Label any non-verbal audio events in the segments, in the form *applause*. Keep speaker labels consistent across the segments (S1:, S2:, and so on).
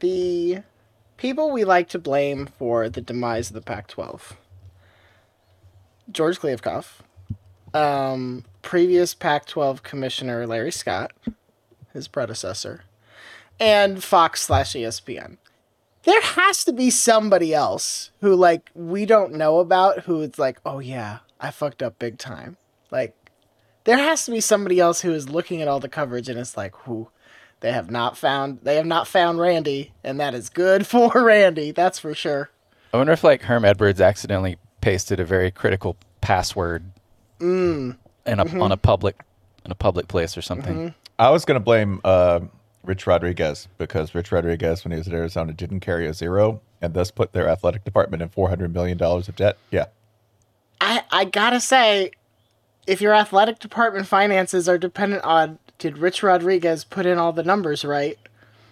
S1: the people we like to blame for the demise of the Pac 12 George Glaivekoff, um, previous Pac 12 commissioner Larry Scott, his predecessor, and Fox slash E ESPN. There has to be somebody else who, like, we don't know about who is like, oh yeah, I fucked up big time. Like, there has to be somebody else who is looking at all the coverage and it's like, who they have not found they have not found Randy, and that is good *laughs* for Randy, that's for sure.
S2: I wonder if like Herm Edwards accidentally pasted a very critical password
S1: Mm.
S2: in a,
S1: Mhm.
S2: on a public in a public place or something.
S3: I was going to blame uh, Rich Rodriguez because Rich Rodriguez, when he was at Arizona, didn't carry a zero and thus put their athletic department in $400 million of debt. Yeah.
S1: I, I gotta say, if your athletic department finances are dependent on did Rich Rodriguez put in all the numbers right,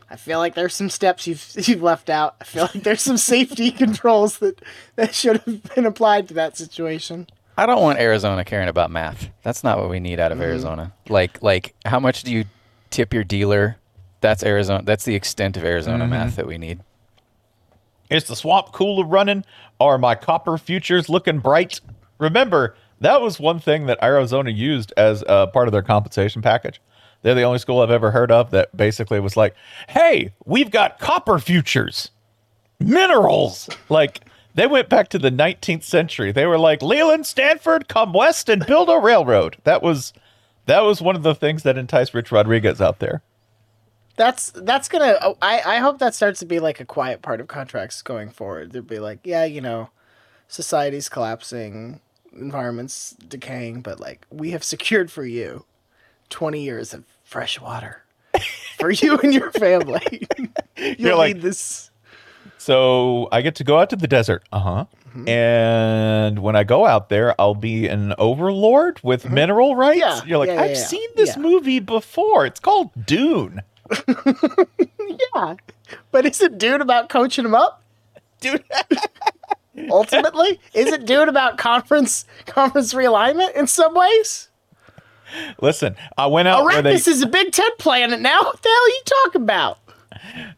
S1: I feel like there's some steps you've *laughs* you've left out. I feel like there's some safety *laughs* controls that, that should have been applied to that situation.
S2: I don't want Arizona caring about math. That's not what we need out of
S1: Mhm.
S3: Mm-hmm.
S2: Arizona. Like like how much do you tip your dealer? That's Arizona. That's the extent of Arizona
S3: Mhm.
S2: math that we need.
S3: Is the swamp cooler running? Are my copper futures looking bright? Remember, that was one thing that Arizona used as uh, part of their compensation package. They're the only school I've ever heard of that basically was like, hey, we've got copper futures, minerals. Like, they went back to the 19th century. They were like, Leland, Stanford, come west and build a railroad. That was that was one of the things that enticed Rich Rodriguez out there.
S1: That's that's gonna. oh, I I hope that starts to be like a quiet part of contracts going forward. They'll be like, yeah, you know, society's collapsing, environment's decaying, but like we have secured for you twenty years of
S3: *laughs*
S1: fresh water for you and your family. You'll
S3: You're like-
S1: need this.
S3: So I get to go out to the desert. Uh huh.
S1: Mm-hmm.
S3: And when I go out there, I'll be an overlord with mineral rights.
S1: Mm-hmm. Yeah,
S3: You're like,
S1: yeah, yeah,
S3: I've
S1: yeah,
S3: seen this movie before. It's called Dune.
S1: Yeah, but is it dude about coaching him up?
S3: Dude.
S1: *laughs* Ultimately, is it dude about conference conference realignment in some ways?
S3: Listen, I went out where they
S1: Arrakis is a Big Ten planet now. What the hell are you talking about?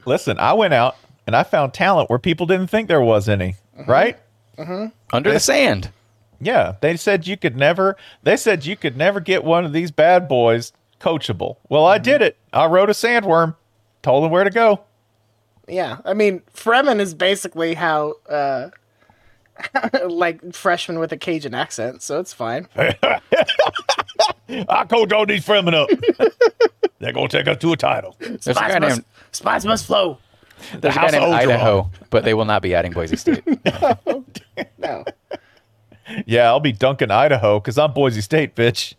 S3: listen. I went out and I found talent where people didn't think there was any. Right
S1: Mm-hmm.
S2: Under the sand.
S3: Yeah, they said you could never. They said you could never get one of these bad boys coachable. Well, I did it. I rode a sandworm, told them where to go.
S1: Yeah, I mean, Fremen is basically how, uh, *laughs* like freshman with a Cajun accent, so it's fine.
S3: I coach all these fremen up. They're gonna take us to a title.
S1: Mm-hmm.
S2: a guy
S1: Spies must,
S2: named-
S1: spies must flow.
S2: There's a guy
S3: House
S2: named
S3: of Odron.
S2: Idaho, but they will not be adding Boise State.
S3: yeah, I'll be Duncan, Idaho, because I'm Boise State, bitch.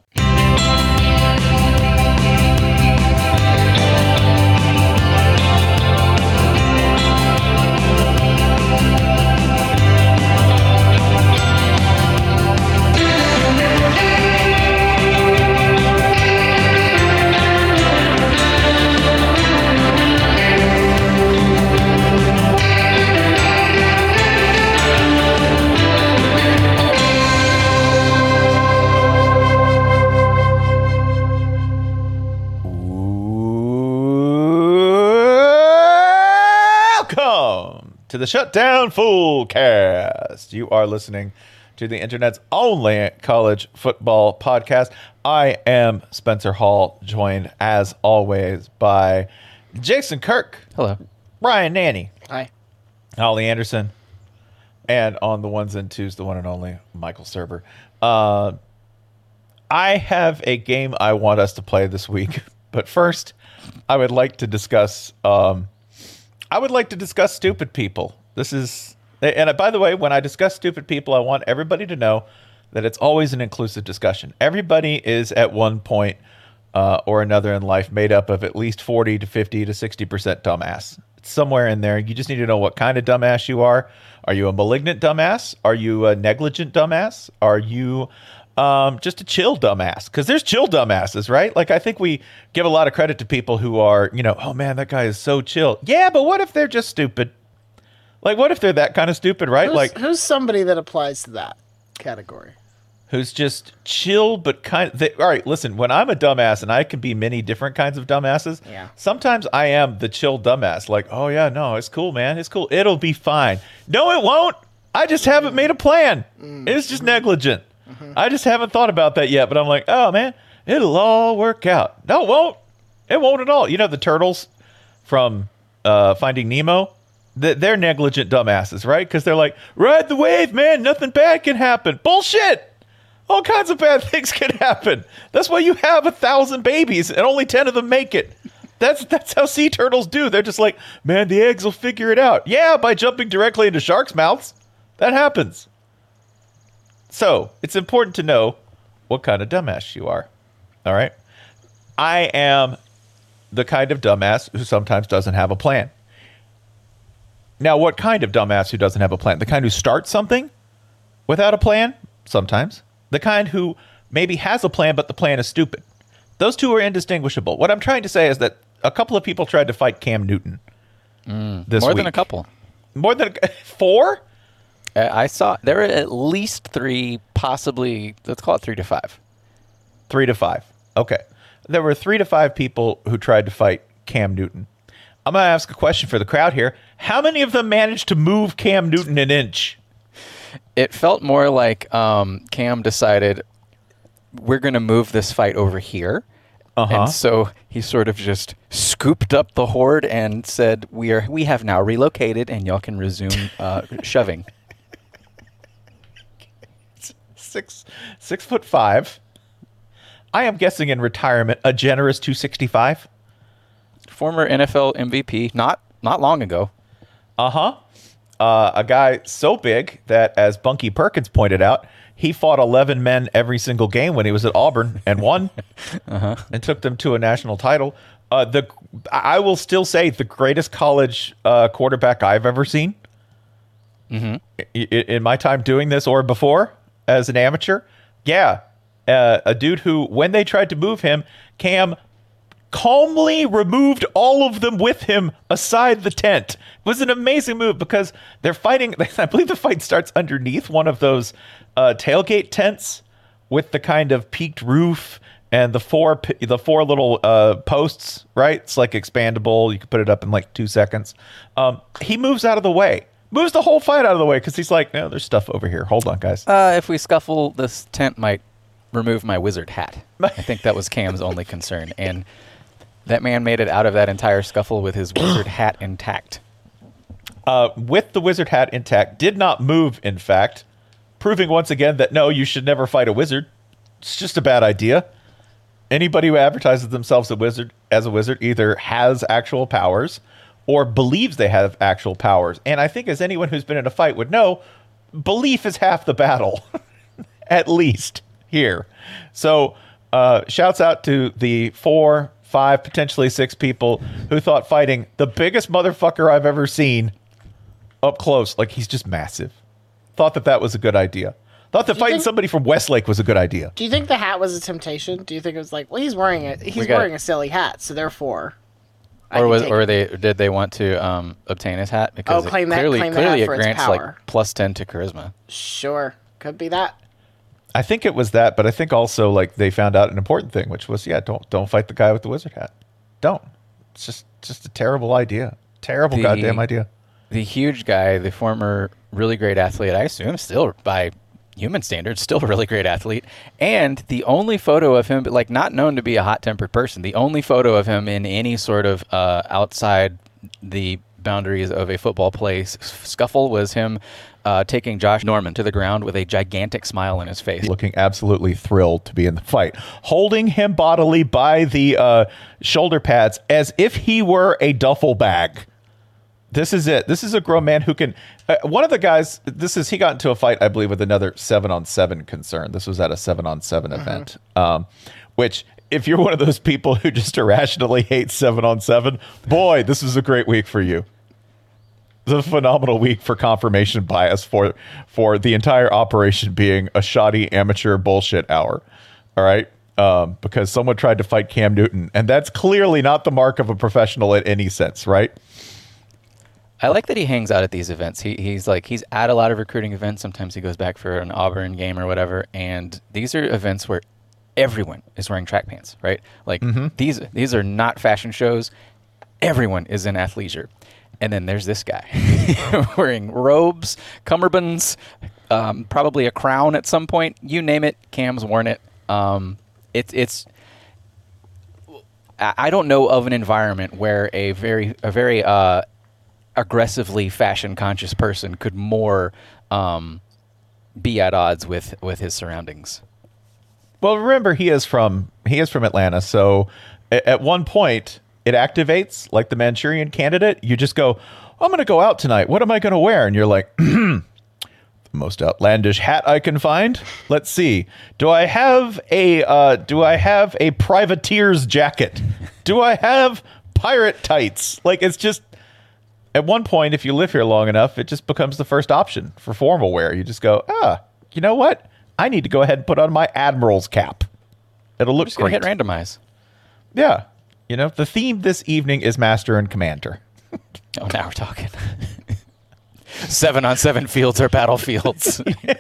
S3: Welcome to the Shutdown Foolcast. You are listening to the internet's only college football podcast. I am Spencer Hall, joined as always by Jason Kirk.
S2: Hello.
S3: Brian Nanny.
S1: Hi.
S3: Holly Anderson. And on the ones and twos, the one and only Michael Server. Uh, I have a game I want us to play this week, but first, I would like to discuss. Um, I would like to discuss stupid people. This is, and by the way, when I discuss stupid people, I want everybody to know that it's always an inclusive discussion. Everybody is at one point uh, or another in life made up of at least 40 to 50 to 60% dumbass. It's somewhere in there. You just need to know what kind of dumbass you are. Are you a malignant dumbass? Are you a negligent dumbass? Are you um, just a chill dumbass because there's chill dumbasses, right? Like I think we give a lot of credit to people who are, you know, oh man, that guy is so chill. Yeah, but what if they're just stupid? Like, what if they're that kind of stupid, right?
S1: Who's,
S3: like,
S1: who's somebody that applies to that category?
S3: who's just chill but kind. They, all right, listen. When I'm a dumbass, and I can be many different kinds of dumbasses.
S1: Yeah.
S3: Sometimes I am the chill dumbass. Like, oh yeah, no, it's cool, man. It's cool. It'll be fine. No, it won't. I just haven't made a plan. It's just negligent. I just haven't thought about that yet. But I'm like, oh man, it'll all work out. No, it won't. It won't at all. You know the turtles from uh, Finding Nemo. Th- They're negligent dumbasses, right? Because they're like, ride the wave, man. Nothing bad can happen. Bullshit. All kinds of bad *laughs* things can happen. That's why you have a thousand babies and only ten of them make it. That's that's how sea turtles do. They're just like, man, the eggs will figure it out. Yeah, by jumping directly into sharks' mouths, that happens. So it's important to know what kind of dumbass you are. All right, I am the kind of dumbass who sometimes doesn't have a plan. Now, what kind of dumbass who doesn't have a plan? The kind who starts something without a plan? Sometimes. The kind who maybe has a plan, but the plan is stupid. Those two are indistinguishable. What I'm trying to say is that a couple of people tried to fight Cam Newton this
S2: Mm. More
S3: week.
S2: than a couple.
S3: More than a, *laughs* four?
S2: Uh, I I saw there were at least three, possibly let's call it three to five.
S3: Three to five. Okay. There were three to five people who tried to fight Cam Newton. I'm going to ask a question for the crowd here. How many of them managed to move Cam Newton an inch?
S2: It felt more like um, Cam decided we're going to move this fight over here,
S3: Uh-huh.
S2: and so he sort of just scooped up the horde and said, "We are we have now relocated, and y'all can resume uh, shoving."
S3: Six, six foot five. I am guessing in retirement, a generous 265.
S2: *laughs* Former NFL MVP, not not long ago.
S3: Uh-huh. Uh A guy so big that, as Bunky Perkins pointed out, he fought 11 men every single game when he was at Auburn and won and took them to a national title. Uh, the I I will still say the greatest college uh, quarterback I've ever seen i- i- in my time doing this or before as an amateur. Yeah. Uh, a dude who, when they tried to move him, Cam calmly removed all of them with him aside the tent. It was an amazing move because they're fighting. *laughs* I believe the fight starts underneath one of those uh, tailgate tents with the kind of peaked roof and the four p- the four little uh, posts. Right, it's like expandable. You can put it up in like two seconds. Um, he moves out of the way. Moves the whole fight out of the way because he's like, no, there's stuff over here. Hold on, guys.
S2: Uh, if we scuffle, this tent might remove my wizard
S1: *laughs*
S2: hat. I think that was Cam's only concern. And that man made it out of that entire scuffle with his
S1: *coughs*
S2: wizard hat intact.
S3: uh, with the wizard hat intact, did not move, in fact, proving once again that no, you should never fight a wizard. It's just a bad idea. Anybody who advertises themselves a wizard as a wizard either has actual powers or believes they have actual powers. And I think as anyone who's been in a fight would know, belief is half the battle. *laughs* at least here. So, uh, shouts out to the four, five, potentially six people who thought fighting the biggest motherfucker I've ever seen up close, like he's just massive, thought that that was a good idea. Thought that
S1: Do you
S3: fighting
S1: think-
S3: somebody from Westlake was a good idea.
S1: Do you think the hat was a temptation? Do you think it was like, well, he's wearing it. He's
S2: got
S1: wearing
S2: it.
S1: a silly hat, so therefore, I
S2: or
S1: can
S2: was
S1: take
S2: or they did they want to um, obtain his hat because it
S1: Oh, claim that-
S2: clearly
S1: claim the
S2: clearly
S1: hat
S2: it
S1: for its
S2: grants
S1: power.
S2: like plus ten to charisma.
S1: sure could be that.
S3: I think it was that, but I think also like they found out an important thing, which was yeah, don't don't fight the guy with the wizard hat. Don't. It's just just a terrible idea. Terrible
S2: The-
S3: goddamn idea.
S2: The huge guy, the former really great athlete, I assume still by human standards, still a really great athlete, and the only photo of him, but like not known to be a hot-tempered person, the only photo of him in any sort of uh, outside the boundaries of a football play s- scuffle was him uh, taking Josh Norman to the ground with a gigantic smile on his face.
S3: Looking absolutely thrilled to be in the fight, holding him bodily by the uh, shoulder pads as if he were a duffel bag. This is it. This is a grown man who can. Uh, one of the guys. This is he got into a fight, I believe, with another seven on seven concern. This was at a seven on 7 event, um, which. If you're one of those people who just *laughs* irrationally hates seven on seven, boy, this is a great week for you. It's a phenomenal week for confirmation bias for for the entire operation being a shoddy amateur bullshit hour. All right. Um, because someone tried to fight Cam Newton, and that's clearly not the mark of a professional in any sense, right?
S2: I like that he hangs out at these events. He, he's like he's at a lot of recruiting events. Sometimes he goes back for an Auburn game or whatever. And these are events where everyone is wearing track pants, right? Like these these are not fashion shows. Everyone is in athleisure, and then there's this guy *laughs* wearing robes, cummerbunds, um, probably a crown at some point. You name it, Cam's worn it. Um, it's it's I I don't know of an environment where a very a very uh, aggressively fashion conscious person could more um, be at odds with with his surroundings.
S3: Well, remember he is from he is from Atlanta, so a- at one point it activates like the Manchurian Candidate. You just go, "I'm going to go out tonight. What am I going to wear?" And you're like, "The most outlandish hat I can find. Let's see. Do I have a uh, do I have a privateer's jacket? Do I have pirate tights? Like it's just." At one point, if you live here long enough, it just becomes the first option for formal wear. You just go, ah, you know what? I need to go ahead and put on my admiral's cap. It'll look
S2: gonna
S3: great.
S2: hit randomize.
S3: Yeah. You know, the theme this evening is Master and Commander.
S2: Oh, now we're talking. *laughs* seven on seven fields are battlefields.
S3: *laughs* yeah,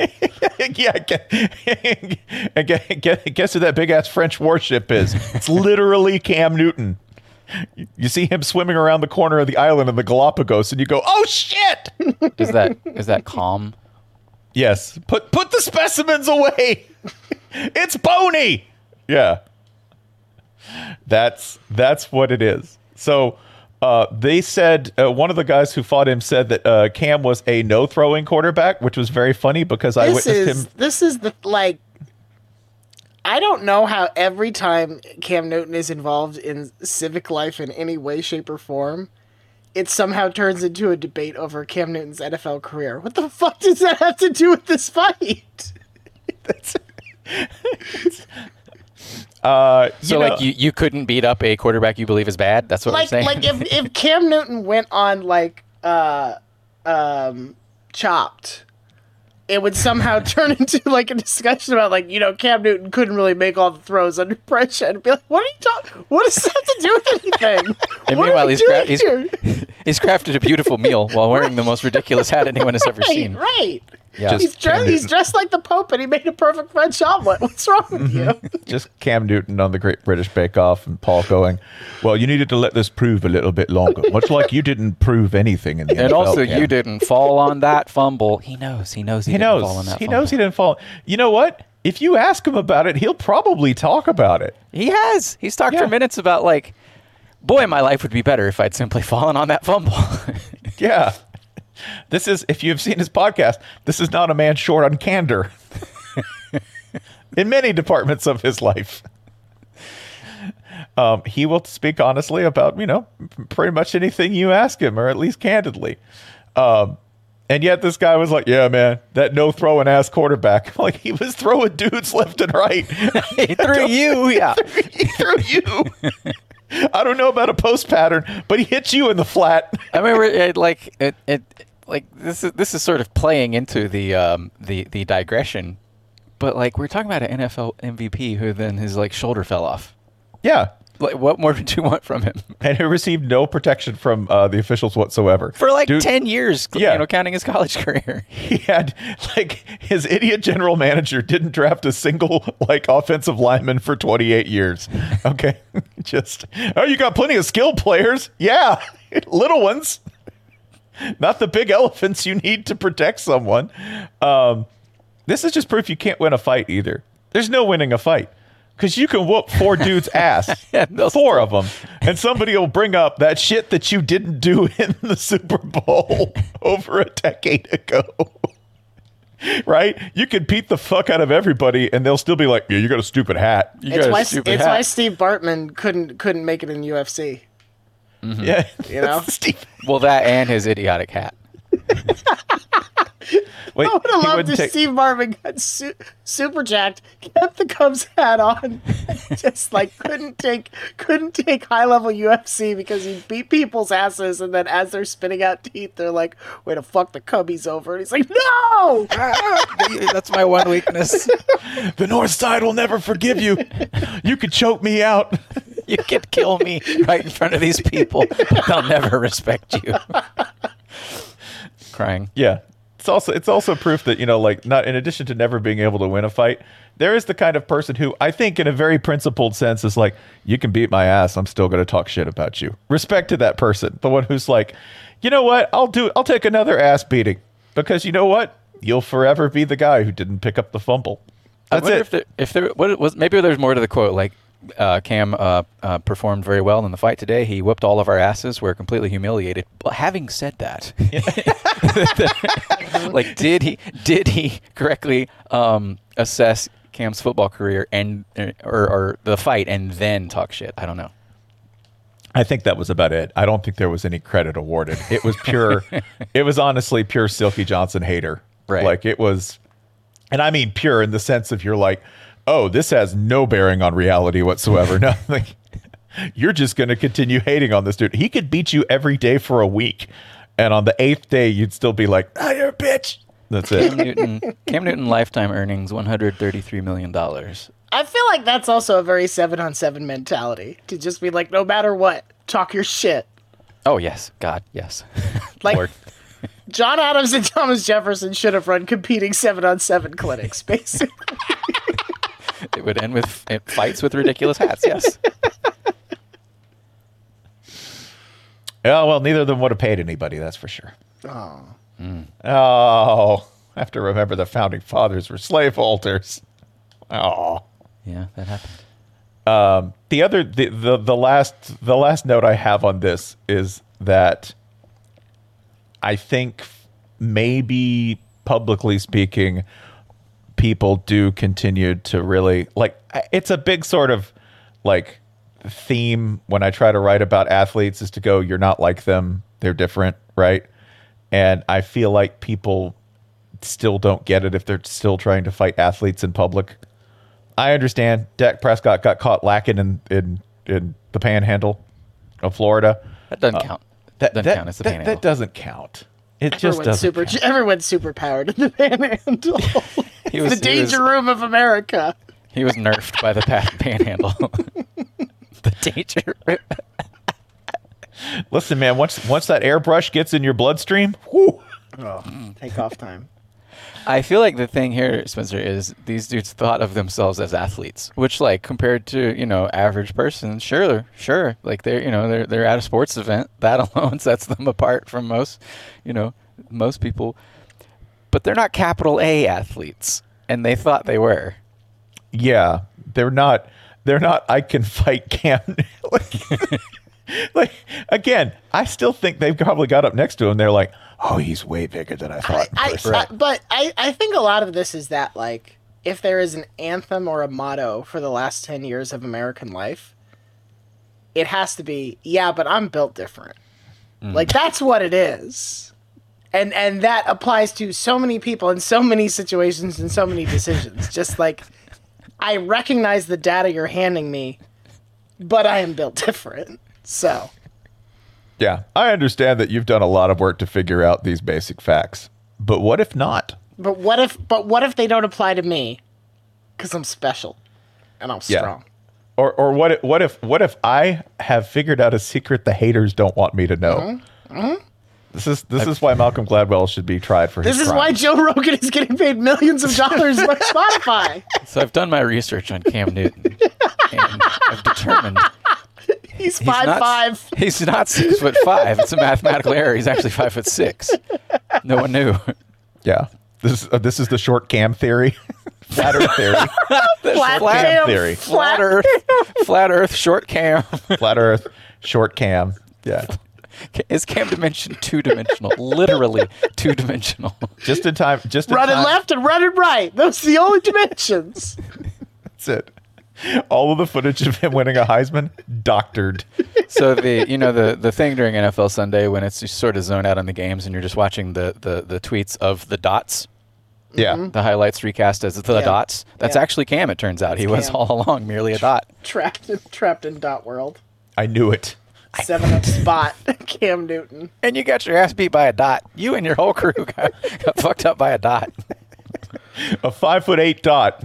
S3: I gue- I gue- guess, who that big ass French warship is? It's literally Cam Newton. You- You see him swimming around the corner of the island in the Galapagos, and you go, "Oh shit!"
S2: *laughs*
S3: *laughs*
S2: is that is that calm?
S3: Yes. Put put the specimens away. *laughs* it's bony. Yeah. That's that's what it is. So uh, they said uh, one of the guys who fought him said that uh, Cam was a no throwing quarterback, which was very funny because I
S1: This
S3: witnessed
S1: is
S3: him.
S1: this is the like. I don't know how every time Cam Newton is involved in civic life in any way, shape, or form, it somehow turns into a debate over Cam Newton's NFL career. What the fuck does that have to do with this fight?
S3: Uh,
S2: So
S3: know-
S2: like you, you couldn't beat up a quarterback you believe is bad. That's what we're
S1: like
S2: saying.
S1: like if, if Cam Newton went on like uh um chopped it
S2: *laughs*
S1: would somehow turn into like a discussion about like you know Cam Newton couldn't really make all the throws under pressure and be like what are you talking what does that have to do with anything
S2: *laughs* *laughs* and
S1: What are
S2: meanwhile,
S1: we
S2: he's, cra-
S1: doing
S2: he's,
S1: here?
S2: *laughs* he's crafted a beautiful meal while wearing the most ridiculous hat anyone has ever
S1: *laughs* right,
S2: seen.
S1: right
S2: Yeah.
S1: he's,
S2: Just Cam
S1: dressed, he's
S2: Newton.
S1: dressed like the Pope and he made a perfect French omelet what's wrong with you
S2: Mm-hmm.
S1: *laughs*
S3: just Cam Newton on the Great British Bake Off, and Paul going, "Well, you needed to let this prove a little bit longer,
S2: *laughs*
S3: much like you didn't prove anything in the
S2: And
S3: NFL,
S2: also,
S3: Cam."
S2: you didn't fall on that fumble. He knows. He knows. He,
S3: He
S2: didn't
S3: knows.
S2: Fall on that
S3: he
S2: fumble.
S3: knows he didn't fall. You know what? If you ask him about it, he'll probably talk about it.
S2: He has. He's talked for minutes about like, boy, my life would be better if I'd simply fallen on that fumble.
S3: Yeah. This is if you've seen his podcast, this is not a man short on candor. *laughs* In many departments of his life. Um, he will speak honestly about, you know, p- pretty much anything you ask him, or at least candidly. Um, And yet this guy was like, "Yeah, man, that no throwing ass quarterback." *laughs* Like he was throwing dudes left and right. *laughs*
S2: he threw you, yeah.
S3: he threw you. *laughs* I don't know about a post pattern, but he hit you in the flat. *laughs*
S2: I remember, it, like it, it, like this is this is sort of playing into the um the the digression, but like we're talking about an NFL MVP who then his like shoulder fell off.
S3: Yeah.
S2: Like what more *laughs* did you want from him?
S3: And he received no protection from uh, the officials whatsoever
S2: for like Dude, ten years. Yeah. you know, counting his *laughs* college career,
S3: he had like his idiot general manager didn't draft a single like offensive lineman for twenty eight years. Okay, *laughs* just oh, you got plenty of skilled players, yeah, *laughs* little ones, not the big *laughs* elephants you need to protect someone. Um, this is just proof you can't win a fight either. There's no winning a fight because you can whoop *laughs* four dudes' ass, yeah, four of them, and somebody will bring up that shit that you didn't do *laughs* in the Super Bowl *laughs* over a decade ago. *laughs* right? You could beat the fuck out of everybody, and they'll still be like, "Yeah, you got a stupid hat." You
S1: it's
S3: got
S1: why,
S3: a stupid
S1: it's why Steve Bartman couldn't couldn't make it in UFC.
S3: Mm-hmm. *laughs* Yeah, *laughs*
S1: you know.
S2: well, that and his idiotic hat.
S1: Wait, I would have loved if take... Steve Marvin got su- super jacked, kept the Cubs hat on, *laughs* just like couldn't take couldn't take high level UFC because he beat people's asses, and then as they're spitting out teeth, they're like, "Way to fuck the Cubbies over!" And he's like, "No,
S2: *laughs* that's my one weakness.
S3: the North Side will never forgive you. You could choke me out."
S2: You could kill me right in front of these people. They'll never respect you. Crying.
S3: Yeah it's also it's also proof that you know like not in addition to never being able to win a fight there is the kind of person who i think in a very principled sense is like you can beat my ass i'm still going to talk shit about you respect to that person the one who's like you know what i'll do i'll take another ass beating because you know what you'll forever be the guy who didn't pick up the fumble that's
S2: it if there, if there what was maybe there's more to the quote like uh, Cam uh, uh, performed very well in the fight today. He whipped all of our asses. We're completely humiliated. But having said that, like, did he did he correctly um, assess Cam's football career and uh, or, or the fight and then talk shit? I don't know.
S3: I think that was about it. I don't think there was any credit awarded. It was pure. it was honestly pure Silky Johnson hater.
S2: Right.
S3: Like it was, and I mean pure in the sense of you're like oh, this has no bearing on reality whatsoever. *laughs* Nothing. You're just going to continue hating on this dude. He could beat you every day for a week. And on the eighth day, you'd still be like, oh, you're a bitch. That's it.
S2: Cam *laughs* Newton, Cam Newton lifetime earnings $133 million.
S1: I feel like that's also a very seven on seven mentality to just be like, no matter what, talk your shit.
S2: Oh, yes. God, yes.
S1: like, Lord. *laughs* John Adams and Thomas Jefferson should have run competing seven on seven clinics, basically.
S2: it would end with fights with ridiculous hats. Yes.
S3: Oh well, neither of them would have paid anybody. That's for sure.
S1: Oh.
S3: Mm. Oh, I have to remember the founding fathers were slaveholders. Oh.
S2: Yeah, that happened.
S3: Um, the other, the, the the last, the last note I have on this is that I think maybe publicly speaking, people do continue to really like it's a big sort of like theme when I try to write about athletes is to go you're not like them they're different right and I feel like people still don't get it if they're still trying to fight athletes in public I understand Dak Prescott got caught lacking in in, in the panhandle of Florida
S2: that doesn't uh, count that, doesn't that, count it's the
S3: that,
S2: panhandle
S3: that doesn't count it just everyone's doesn't
S1: super
S3: count.
S1: everyone's super powered in the *laughs* panhandle Was, the danger was, room of America.
S2: He was nerfed by the panhandle. the danger room.
S3: Listen, man, once once that airbrush gets in your bloodstream, whoo.
S1: Oh, take off time.
S2: I feel like the thing here, Spencer, is these dudes thought of themselves as athletes, which, like, compared to you know average person, sure, sure, like they're you know they're they're at a sports event. *laughs* That alone sets them apart from most, you know, most people but they're not capital A athletes, and they thought they were.
S3: Yeah, they're not. They're not. I can fight Cam. *laughs* like, *laughs* like again, I still think they've probably got up next to him. They're like, oh, he's way bigger than I thought.
S1: I, uh, I, I, but I, I think a lot of this is that like if there is an anthem or a motto for the last ten years of American life, it has to be yeah, but I'm built different. Mm. Like that's what it is. and and that applies to so many people in so many situations and so many decisions just like i recognize the data you're handing me but i am built different so
S3: Yeah, I understand that you've done a lot of work to figure out these basic facts, but what if not?
S1: but what if but what if they don't apply to me because i'm special and i'm strong
S3: Or, or what? If, what if? What if I have figured out a secret the haters don't want me to know?
S1: Mhm.
S3: This is this is why Malcolm Gladwell should be tried for
S1: this
S3: his
S1: is why
S3: crimes.
S1: joe rogan is getting paid millions of dollars by spotify
S2: So I've done my research on
S1: *laughs*
S2: Cam Newton. and I've determined he's
S1: he's five
S2: not,
S1: five
S2: He's not six foot five. It's a mathematical error. He's actually five foot six. No one knew. *laughs*
S3: Yeah, this uh, this is the short cam theory, *laughs* flat earth theory,
S1: *laughs* Flat
S3: Cam
S1: cam,
S3: theory,
S1: flat
S2: Earth, flat Earth, short cam,
S3: flat Earth, short cam. Yeah,
S2: is cam dimension two dimensional? Literally two dimensional.
S3: Just in time. Just in
S1: *laughs* running
S3: time.
S1: left and running right those are the only dimensions *laughs*
S3: That's it. All of the footage of him winning a Heisman doctored.
S2: *laughs* so the you know the the thing during NFL Sunday when it's you sort of zone out on the games and you're just watching the the, the tweets of the dots.
S3: Yeah.
S1: Mm-hmm.
S2: The highlights recast as the
S1: Yeah.
S2: dots. That's
S1: Yeah.
S2: actually Cam, it turns out. he was
S1: Cam.
S2: all along merely a dot.
S1: trapped in trapped in dot world
S3: I knew it.
S1: seven up spot *laughs* cam newton
S2: And you got your ass beat by a dot. You and your whole crew got, got fucked up by a dot.
S3: A five foot eight dot.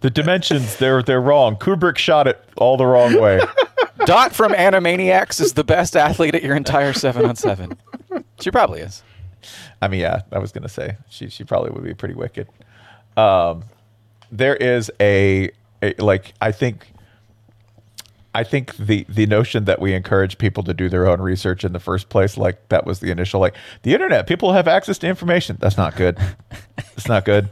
S3: the dimensions, they're they're wrong. Kubrick shot it all the wrong way.
S2: Dot from Animaniacs is the best athlete at your entire seven on seven. She probably is.
S3: I mean, yeah, I was gonna say she she probably would be pretty wicked. Um, there is a, a like I think I think the the notion that we encourage people to do their own research in the first place, like that was the initial like the internet. People have access to information. That's not good. It's not good.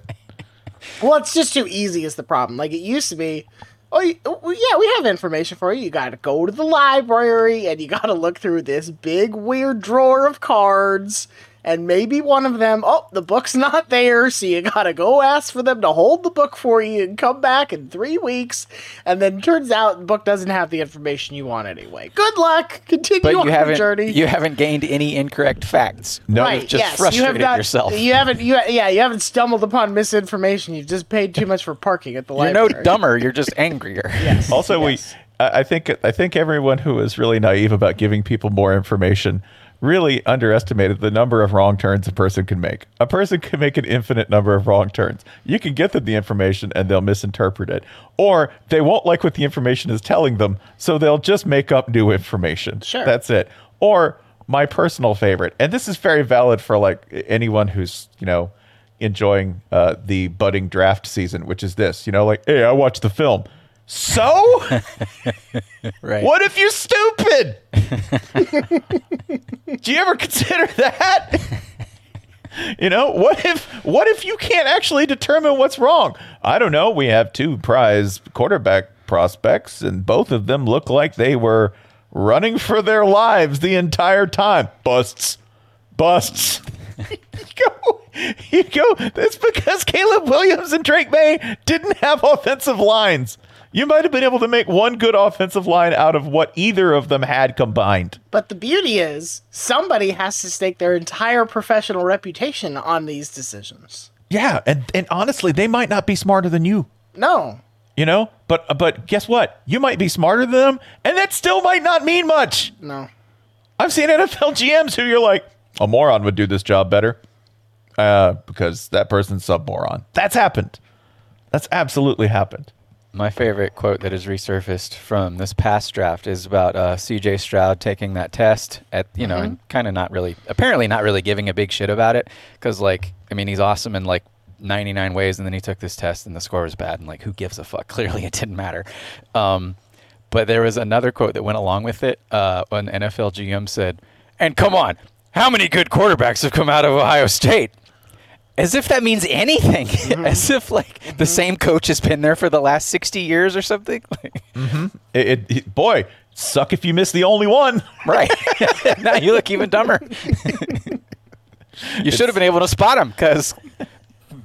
S1: Well, it's just too easy is the problem. Like it used to be. Oh you- well, yeah, we have information for you. You got to go to the library and you *laughs* got to look through this big weird drawer of cards. And maybe one of them, oh, the book's *laughs* not there, so you gotta go ask for them to hold the book for you and come back in three weeks. And then turns out the book doesn't have the information you want anyway. Good luck. Continue
S2: But
S1: on
S2: you
S1: your
S2: haven't
S1: journey.
S2: you haven't gained any incorrect facts. No, you've just frustrated yourself.
S1: You haven't. You yeah. You haven't stumbled upon misinformation. You've just paid too much for parking at the
S2: You're
S1: library.
S2: no dumber. You're just angrier.
S3: Also, we I I think I think everyone who is really naive about giving people more information really underestimated the number of wrong turns a person can make. A person can make an infinite number of wrong turns. You can get them the information and they'll misinterpret it, or they won't like what the information is telling them, so they'll just make up new information.
S1: Sure.
S3: that's it. Or my personal favorite, and this is very valid for like anyone who's you know enjoying uh, the budding draft season, which is this. You know, like hey, I watched the film. So *laughs*
S2: Right.
S3: what if you're stupid? Do you ever consider that? you know, what if what if you can't actually determine what's wrong? I don't know. We have two prize quarterback prospects and both of them look like they were running for their lives the entire time. Busts. Busts. You go, you go. That's because Caleb Williams and Drake May didn't have offensive lines. You might have been able to make one good offensive line out of what either of them had combined.
S1: But the beauty is, somebody has to stake their entire professional reputation on these decisions.
S3: Yeah, and and honestly, they might not be smarter than you.
S1: No,
S3: You know, but but guess what? You might be smarter than them, and that still might not mean much.
S1: no.
S3: I've seen NFL GMs who you're like, a moron would do this job better uh, because that person's a moron. That's happened. That's absolutely happened.
S2: My favorite quote that has resurfaced from this past draft is about uh, C.J. Stroud taking that test at you know and kind of not really apparently not really giving a big shit about it because like I mean he's awesome in like 99 ways and then he took this test and the score was bad and like who gives a fuck *laughs* clearly it didn't matter. Um, but there was another quote that went along with it. Uh, an NFL GM said, "And come on, how many good quarterbacks have come out of Ohio State?" As if that means anything. *laughs* As if like the same coach has been there for the last sixty years or something. *laughs* Like,
S3: It, it, it- boy, suck if you miss the only one.
S2: right. *laughs* now you look even dumber. you should have been able to spot him because,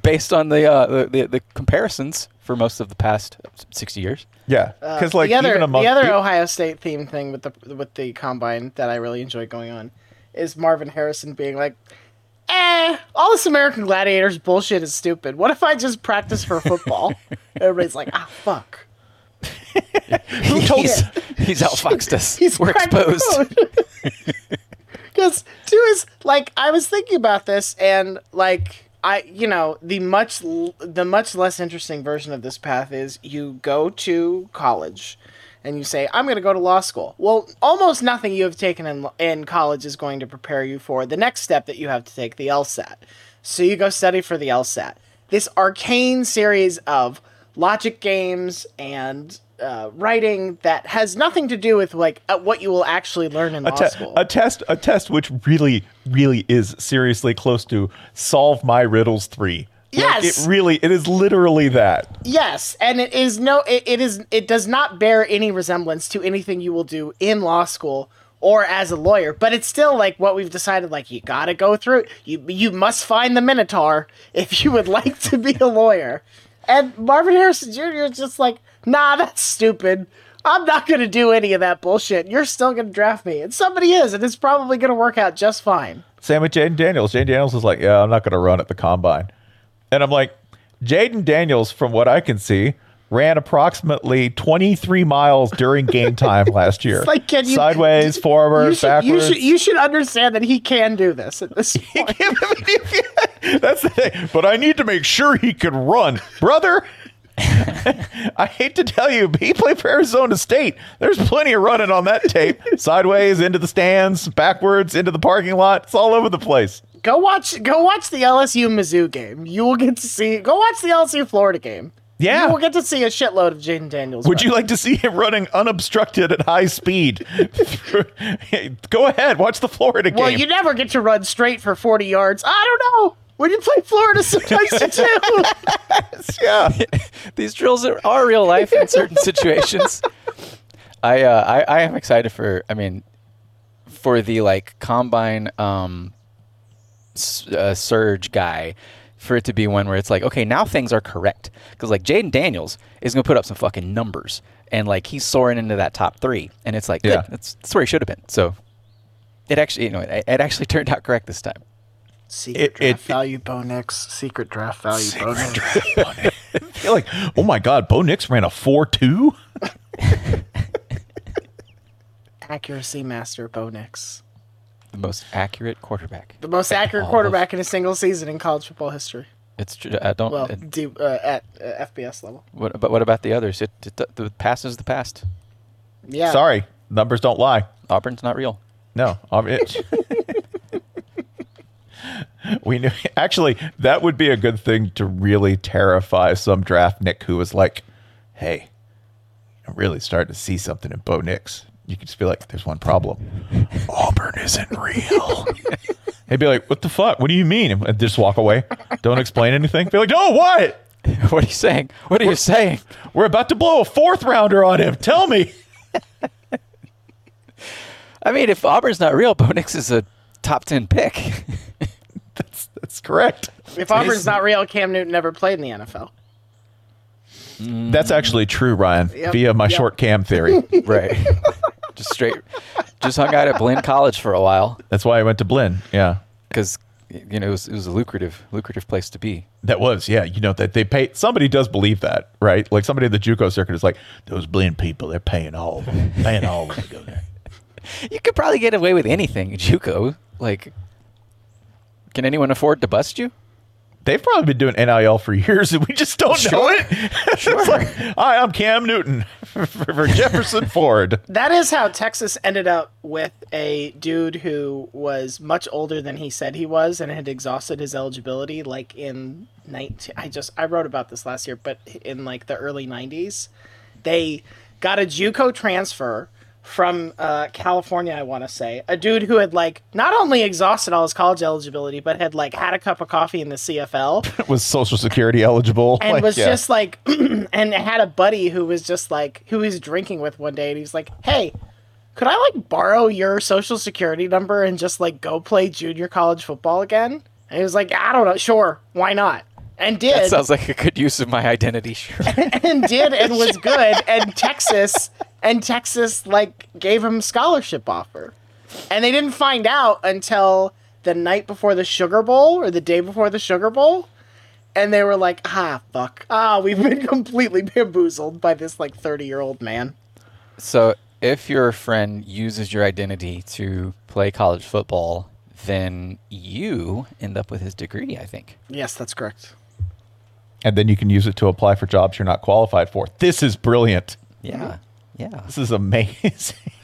S2: based on the, uh, the, the the comparisons for most of the past sixty years,
S3: Yeah, because like
S1: Uh, the other
S3: even among
S1: the other
S3: pe-
S1: Ohio State theme thing with the with the combine that I really enjoy going on is Marvin Harrison being like, eh, all this American Gladiators bullshit is stupid. What if I just practice for
S2: *laughs*
S1: football? Everybody's like, ah, fuck.
S2: *laughs* Who told he's, he's outfoxed us.
S1: He's
S2: We're exposed.
S1: Because two is like I was thinking about this, and like I, you know, the much l- the much less interesting version of this path is you go to college, and you say I'm going to go to law school. Well, almost nothing you have taken in in college is going to prepare you for the next step that you have to take, the LSAT. So you go study for the LSAT. This arcane series of logic games and uh, writing that has nothing to do with like uh, what you will actually learn in
S3: a,
S1: law
S3: te-
S1: school.
S3: a test a test which really really is seriously close to solve my riddles 3 Like,
S1: Yes.
S3: it really it is literally that
S1: Yes, and it is no it, it is it does not bear any resemblance to anything you will do in law school or as a lawyer, but it's still like what we've decided like you got to go through it. You you must find the minotaur *laughs* if you would like to be a lawyer. And Marvin Harrison Jr. is just like, "Nah, that's stupid. I'm not going to do any of that bullshit. You're still going to draft me." And somebody is, and it's probably going to work out just fine.
S3: same with Jaden Daniels Jaden Daniels is like yeah I'm not going to run at the combine and I'm like Jaden Daniels from what I can see ran approximately 23 miles during game time last year
S1: *laughs* It's like, can *laughs* you-
S3: sideways forward
S1: You should,
S3: backwards
S1: you should you should understand that he can do this at
S3: *laughs*
S1: this point.
S3: That's the thing. But I need to make sure he can run, brother. *laughs* I hate to tell you, but he played for Arizona State. There's plenty of running on that tape. Sideways, into the stands, backwards, into the parking lot. It's all over the place.
S1: Go watch go watch the LSU Mizzou game. You will get to see go watch the LSU Florida game.
S3: Yeah.
S1: You will get to see a shitload of Jaden Daniels.
S3: Would
S1: run.
S3: you like to see him running unobstructed at high speed? *laughs* Hey, Go ahead, watch the Florida
S1: Well,
S3: game.
S1: you never get to run straight for 40 yards. I don't know. When you play
S3: *laughs*
S1: Florida sometimes you do.
S3: *laughs* yeah.
S2: *laughs* These drills are, are real life in certain situations. *laughs* I, uh, I I am excited for. I mean, for the like combine um, s- uh, surge guy, for it to be one where it's like, okay, now things are correct because like Jaden Daniels is gonna put up some fucking numbers and like he's soaring into that top three, and it's like,
S3: Yeah.
S2: good, that's that's where he should have been. So it actually, you know, it, it actually *laughs* turned out correct this time.
S1: Secret
S3: It-
S1: draft
S3: it-
S1: value Bonex. Secret draft value Bonex.
S3: You're like, oh my God, Bo Nix ran a 4 2?
S1: Accuracy master Bonex.
S2: The most accurate quarterback.
S1: The most accurate
S2: All of-
S1: quarterback in a single season in college football history.
S2: It's tr- I don't.
S1: Well,
S2: it-
S1: D, uh, at uh, FBS level.
S2: What, but what about the others? It, it, the past is the past.
S1: Yeah.
S3: Sorry, numbers don't lie.
S2: Auburn's not real. *laughs*
S3: No, ob- it- *laughs* we knew. Actually, that would be a good thing to really terrify some draft Nick who was like, "Hey, I'm really starting to see something in Bo Nix." You could just be like, "There's one problem. Auburn isn't real." *laughs* He'd be like, "What the fuck? What do you mean?" And just walk away. Don't explain anything. Be like, "No, what?
S2: what are you saying? What are you saying?
S3: We're about to blow a fourth rounder on him. Tell me." *laughs*
S2: I mean, if Auburn's not real, *laughs* Bo Nix is a top ten pick.
S3: That's that's correct.
S1: If Auburn's not real, Cam Newton never played in the NFL.
S3: That's actually true, Ryan.
S1: Yep,
S3: Via my
S1: yep.
S3: short cam theory.
S2: *laughs* right. *laughs* just straight. Just hung out at Blinn College for a while
S3: That's why I went to Blinn. Yeah.
S2: because you know it was, it was a lucrative, lucrative place to be.
S3: That was, yeah. You know, that they pay somebody does believe that, right? Like somebody in the JUCO circuit is like, those Blinn people, they're paying all of them. Paying all of them to go there.
S2: You could probably get away with anything, in JUCO. Like, can anyone afford to bust you?
S3: They've probably been doing NIL for years and we just don't know
S2: Sure.
S3: it. *laughs* it's like, hi, I'm Cam Newton *laughs* for, for Jefferson Ford.
S1: That is how Texas ended up with a dude who was much older than he said he was and had exhausted his eligibility like in 19 I just I wrote about this last year but in like the early 90s they got a JUCO transfer from uh, California I want to say a dude who had like not only exhausted all his college eligibility but had like had a cup of coffee in the CFL
S3: Was Social Security eligible?
S1: and
S3: Like,
S1: was
S3: yeah.
S1: just like *clears throat* and had a buddy who was just like who he was drinking with one day and he's like hey could i like borrow your social security number and just like go play junior college football again and he was like i don't know sure why not and
S2: That
S1: did
S2: sounds like a good use of my identity.
S1: and did *laughs* and was good and texas and texas like gave him a scholarship offer And they didn't find out until the night before the Sugar Bowl or the day before the Sugar Bowl. And they were like, ah, fuck. Ah, we've been *laughs* completely bamboozled by this, like, 30 year old man.
S2: So if your friend uses your identity to play college football, then you end up with his degree, I think.
S1: Yes, that's correct.
S3: And then you can use it to apply for jobs you're not qualified for. This is brilliant.
S2: Yeah. Yeah.
S3: This is amazing.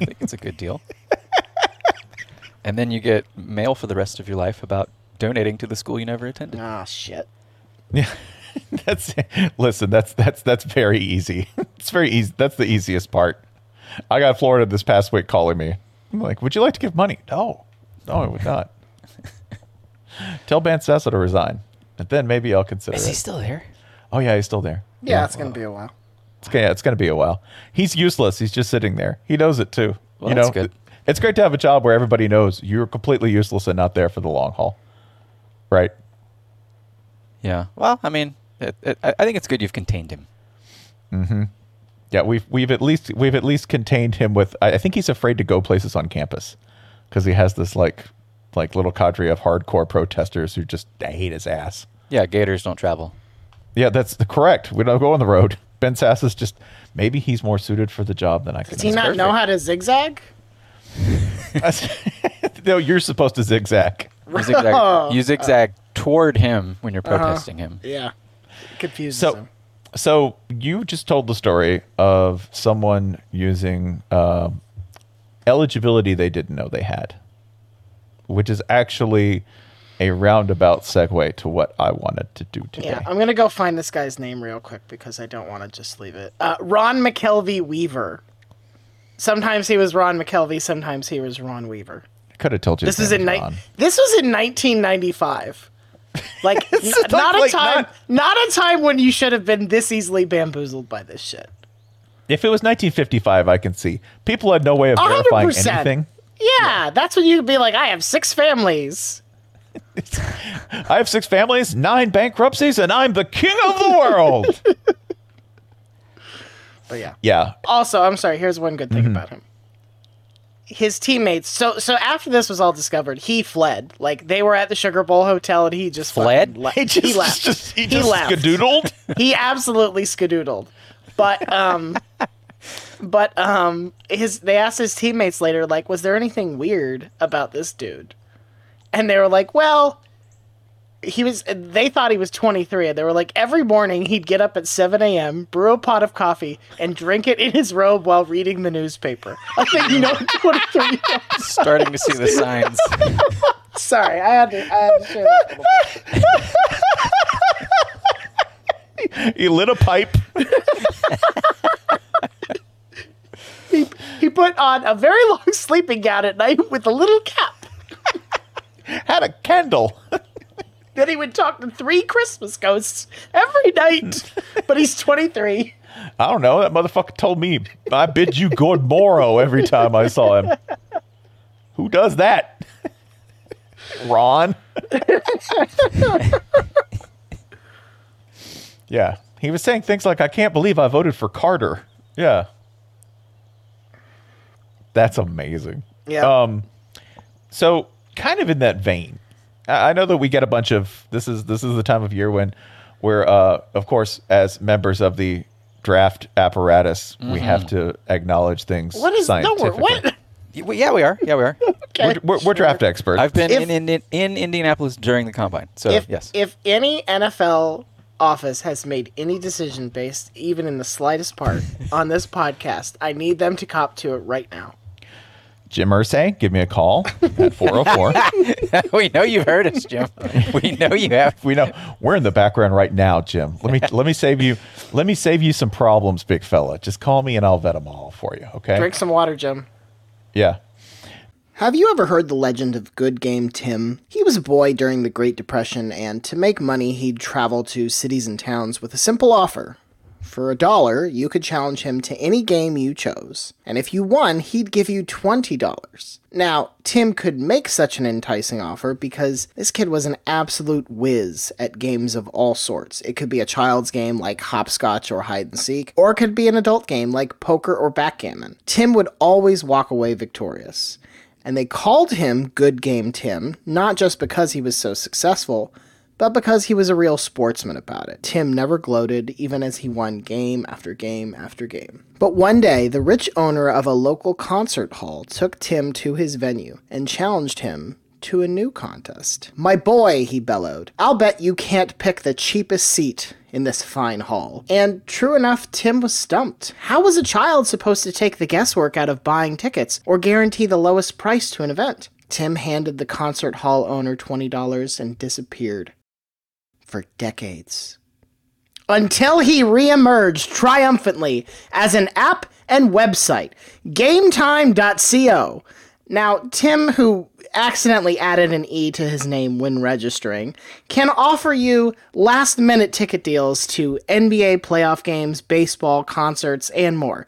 S3: I
S2: think it's a good deal. and then you get mail for the rest of your life about donating to the school you never attended.
S1: Ah, shit.
S3: Yeah. *laughs* That's listen, that's that's that's very easy. *laughs* It's very easy. That's the easiest part. I got Florida this past week calling me. I'm like, "Would you like to give money?" No. No, I would not. *laughs* Tell Ban Sasso to resign. And then maybe I'll consider
S2: Is
S3: it.
S2: he still there?
S3: Oh yeah, he's still there.
S1: Yeah, it's going to be a while.
S3: It's gonna, yeah, it's going to be a while. He's useless. He's just sitting there. He knows it too.
S2: Well,
S3: you know,
S2: that's good.
S3: it's great to have a job where everybody knows you're completely useless and not there for the long haul, right?
S2: Yeah. Well, I mean, it, it, I I think it's good you've contained him.
S3: Mm-hmm. Yeah, we've we've at least we've at least contained him with. I, I think he's afraid to go places on campus because he has this like like little cadre of hardcore protesters who just hate his ass.
S2: Yeah, Gators don't travel.
S3: Yeah, that's the correct. We don't go on the road. Ben Sass is just maybe he's more suited for the job than I can.
S1: Does he not know how to zigzag?
S3: *laughs* no, you're supposed to zigzag.
S2: You
S1: *laughs* Oh.
S2: zigzag, you zigzag toward him when you're
S1: Uh-huh.
S2: protesting him.
S1: Yeah. Confuses
S3: So-
S1: him.
S3: So you just told the story of someone using um eligibility they didn't know they had, which is actually a roundabout segue to what I wanted to do today.
S1: Yeah, I'm going to go find this guy's name real quick because I don't want to just leave it. Uh, Ron McKelvey Weaver. Sometimes he was Ron McKelvey, sometimes he was Ron Weaver.
S3: I could have told you
S1: This
S3: his
S1: is
S3: name
S1: in
S3: was
S1: ni-
S3: Ron.
S1: This was
S3: *laughs*
S1: in 1995. Like n-
S3: is
S1: not a
S3: like
S1: time,
S3: not-
S1: not a time when you should have been this easily bamboozled by this shit.
S3: If it was 1955, I can see people had no way of
S1: A hundred
S3: verifying
S1: percent.
S3: anything.
S1: Yeah, that's when you'd be like, I have six families.
S3: I have six families, nine bankruptcies, and I'm the king of the
S1: *laughs*
S3: world.
S1: But yeah.
S3: yeah,
S1: Also, I'm sorry. Here's one good thing
S3: Mm-hmm.
S1: about him. His teammates. So so after this was all discovered, he fled. Like they were at the Sugar Bowl hotel, and he just
S2: Fled?
S1: fucking Le- he,
S3: *laughs*
S1: left.
S3: just- he
S1: he
S3: just
S1: left.
S3: skedoodled?
S1: he absolutely skedoodled. But um, but um, his they asked his teammates later, like, was there anything weird about this dude? And they were like, well. He was. They thought he was 23, and they were like, every morning he'd get up at 7 a.m., brew a pot of coffee, and drink it in his robe while reading the newspaper. I think *laughs* no 23.
S2: Starting to see
S1: *laughs*
S2: the signs.
S1: Sorry, I had to. I had to share that. little bit.
S3: he lit a pipe.
S1: He put on a very long *laughs* sleeping gown at night with a little cap.
S3: had a candle.
S1: Then he would talk to three Christmas ghosts every
S3: *laughs*
S1: night. But he's 23.
S3: I don't know. That motherfucker told me, I bid you good morrow every time I saw him. Who does that? *laughs* Ron? *laughs* yeah. He was saying things like, I can't believe I voted for Carter. Yeah. That's amazing.
S1: Yeah.
S3: Um, so kind of in that vein, I I know that we get a bunch of this is this is the time of year when we're uh, of course as members of the draft apparatus we have to acknowledge things.
S1: What is no? we're-
S3: scientifically.
S1: What?
S2: Y- well, yeah, we are. Yeah, we are.
S1: Okay.
S3: We're, we're, we're draft experts.
S2: I've been in,
S1: If-
S2: Indi- in Indianapolis during the combine. So,
S1: if
S2: yes.
S1: if any NFL office has made any decision based even in the slightest
S3: *laughs*
S1: part on this podcast, I need them to cop to it right now.
S3: Jim Irsay, give me a call at 404.
S2: *laughs* we know you've heard us, *laughs* Jim. We know you have.
S3: we know we're in the background right now, Jim. Let me let me save you let me save you some problems, big fella. Just call me and I'll vet them all for you, okay?
S1: Drink some water, Jim.
S3: Yeah.
S1: Have you ever heard the legend of Good Game Tim? He was a boy during the Great Depression, and to make money, he'd travel to cities and towns with a simple offer. For a dollar, you could challenge him to any game you chose, and if you won, he'd give you $20. Now, Tim could make such an enticing offer because this kid was an absolute whiz at games of all sorts. It could be a child's game like hopscotch or hide and seek, or it could be an adult game like poker or backgammon. Tim would always walk away victorious. and they called him Good Game Tim, not just because he was so successful, but because he was a real sportsman about it. Tim never gloated, even as he won game after game after game. But one day, the rich owner of a local concert hall took Tim to his venue and challenged him to a new contest. My boy, he bellowed, I'll bet you can't pick the cheapest seat in this fine hall. And true enough, Tim was stumped. How was a child supposed to take the guesswork out of buying tickets or guarantee the lowest price to an event? Tim handed the concert hall owner $20 and disappeared for decades. Until he reemerged triumphantly as an app and website, gametime.co. Now, Tim, who accidentally added an E to his name when registering, can offer you last minute ticket deals to NBA playoff games, baseball, concerts, and more.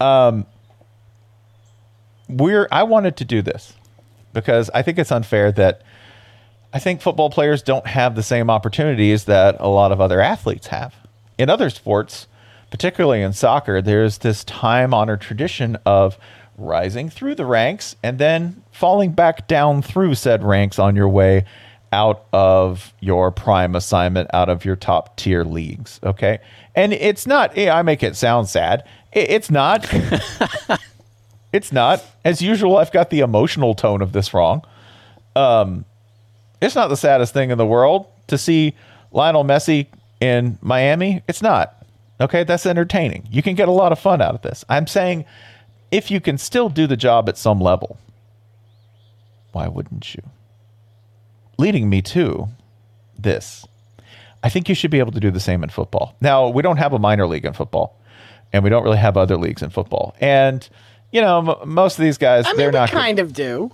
S3: Um, we're I wanted to do this because I think it's unfair that I think football players don't have the same opportunities that a lot of other athletes have. In other sports, particularly in soccer, there's this time honored tradition of rising through the ranks and then falling back down through said ranks on your way out of your prime assignment, out of your top tier leagues. Okay. And it's not, eh, I make it sound sad. I- It's not. *laughs* It's not. As usual, I've got the emotional tone of this wrong. Um, it's not the saddest thing in the world to see Lionel Messi in Miami. It's not. Okay, that's entertaining. You can get a lot of fun out of this. I'm saying if you can still do the job at some level, why wouldn't you? Leading me to this. I think you should be able to do the same in football. Now, we don't have a minor league in football, and we don't really have other leagues in football. And, you know, m- most of these guys,
S1: I mean,
S3: they're
S1: we
S3: not.
S1: kind of do.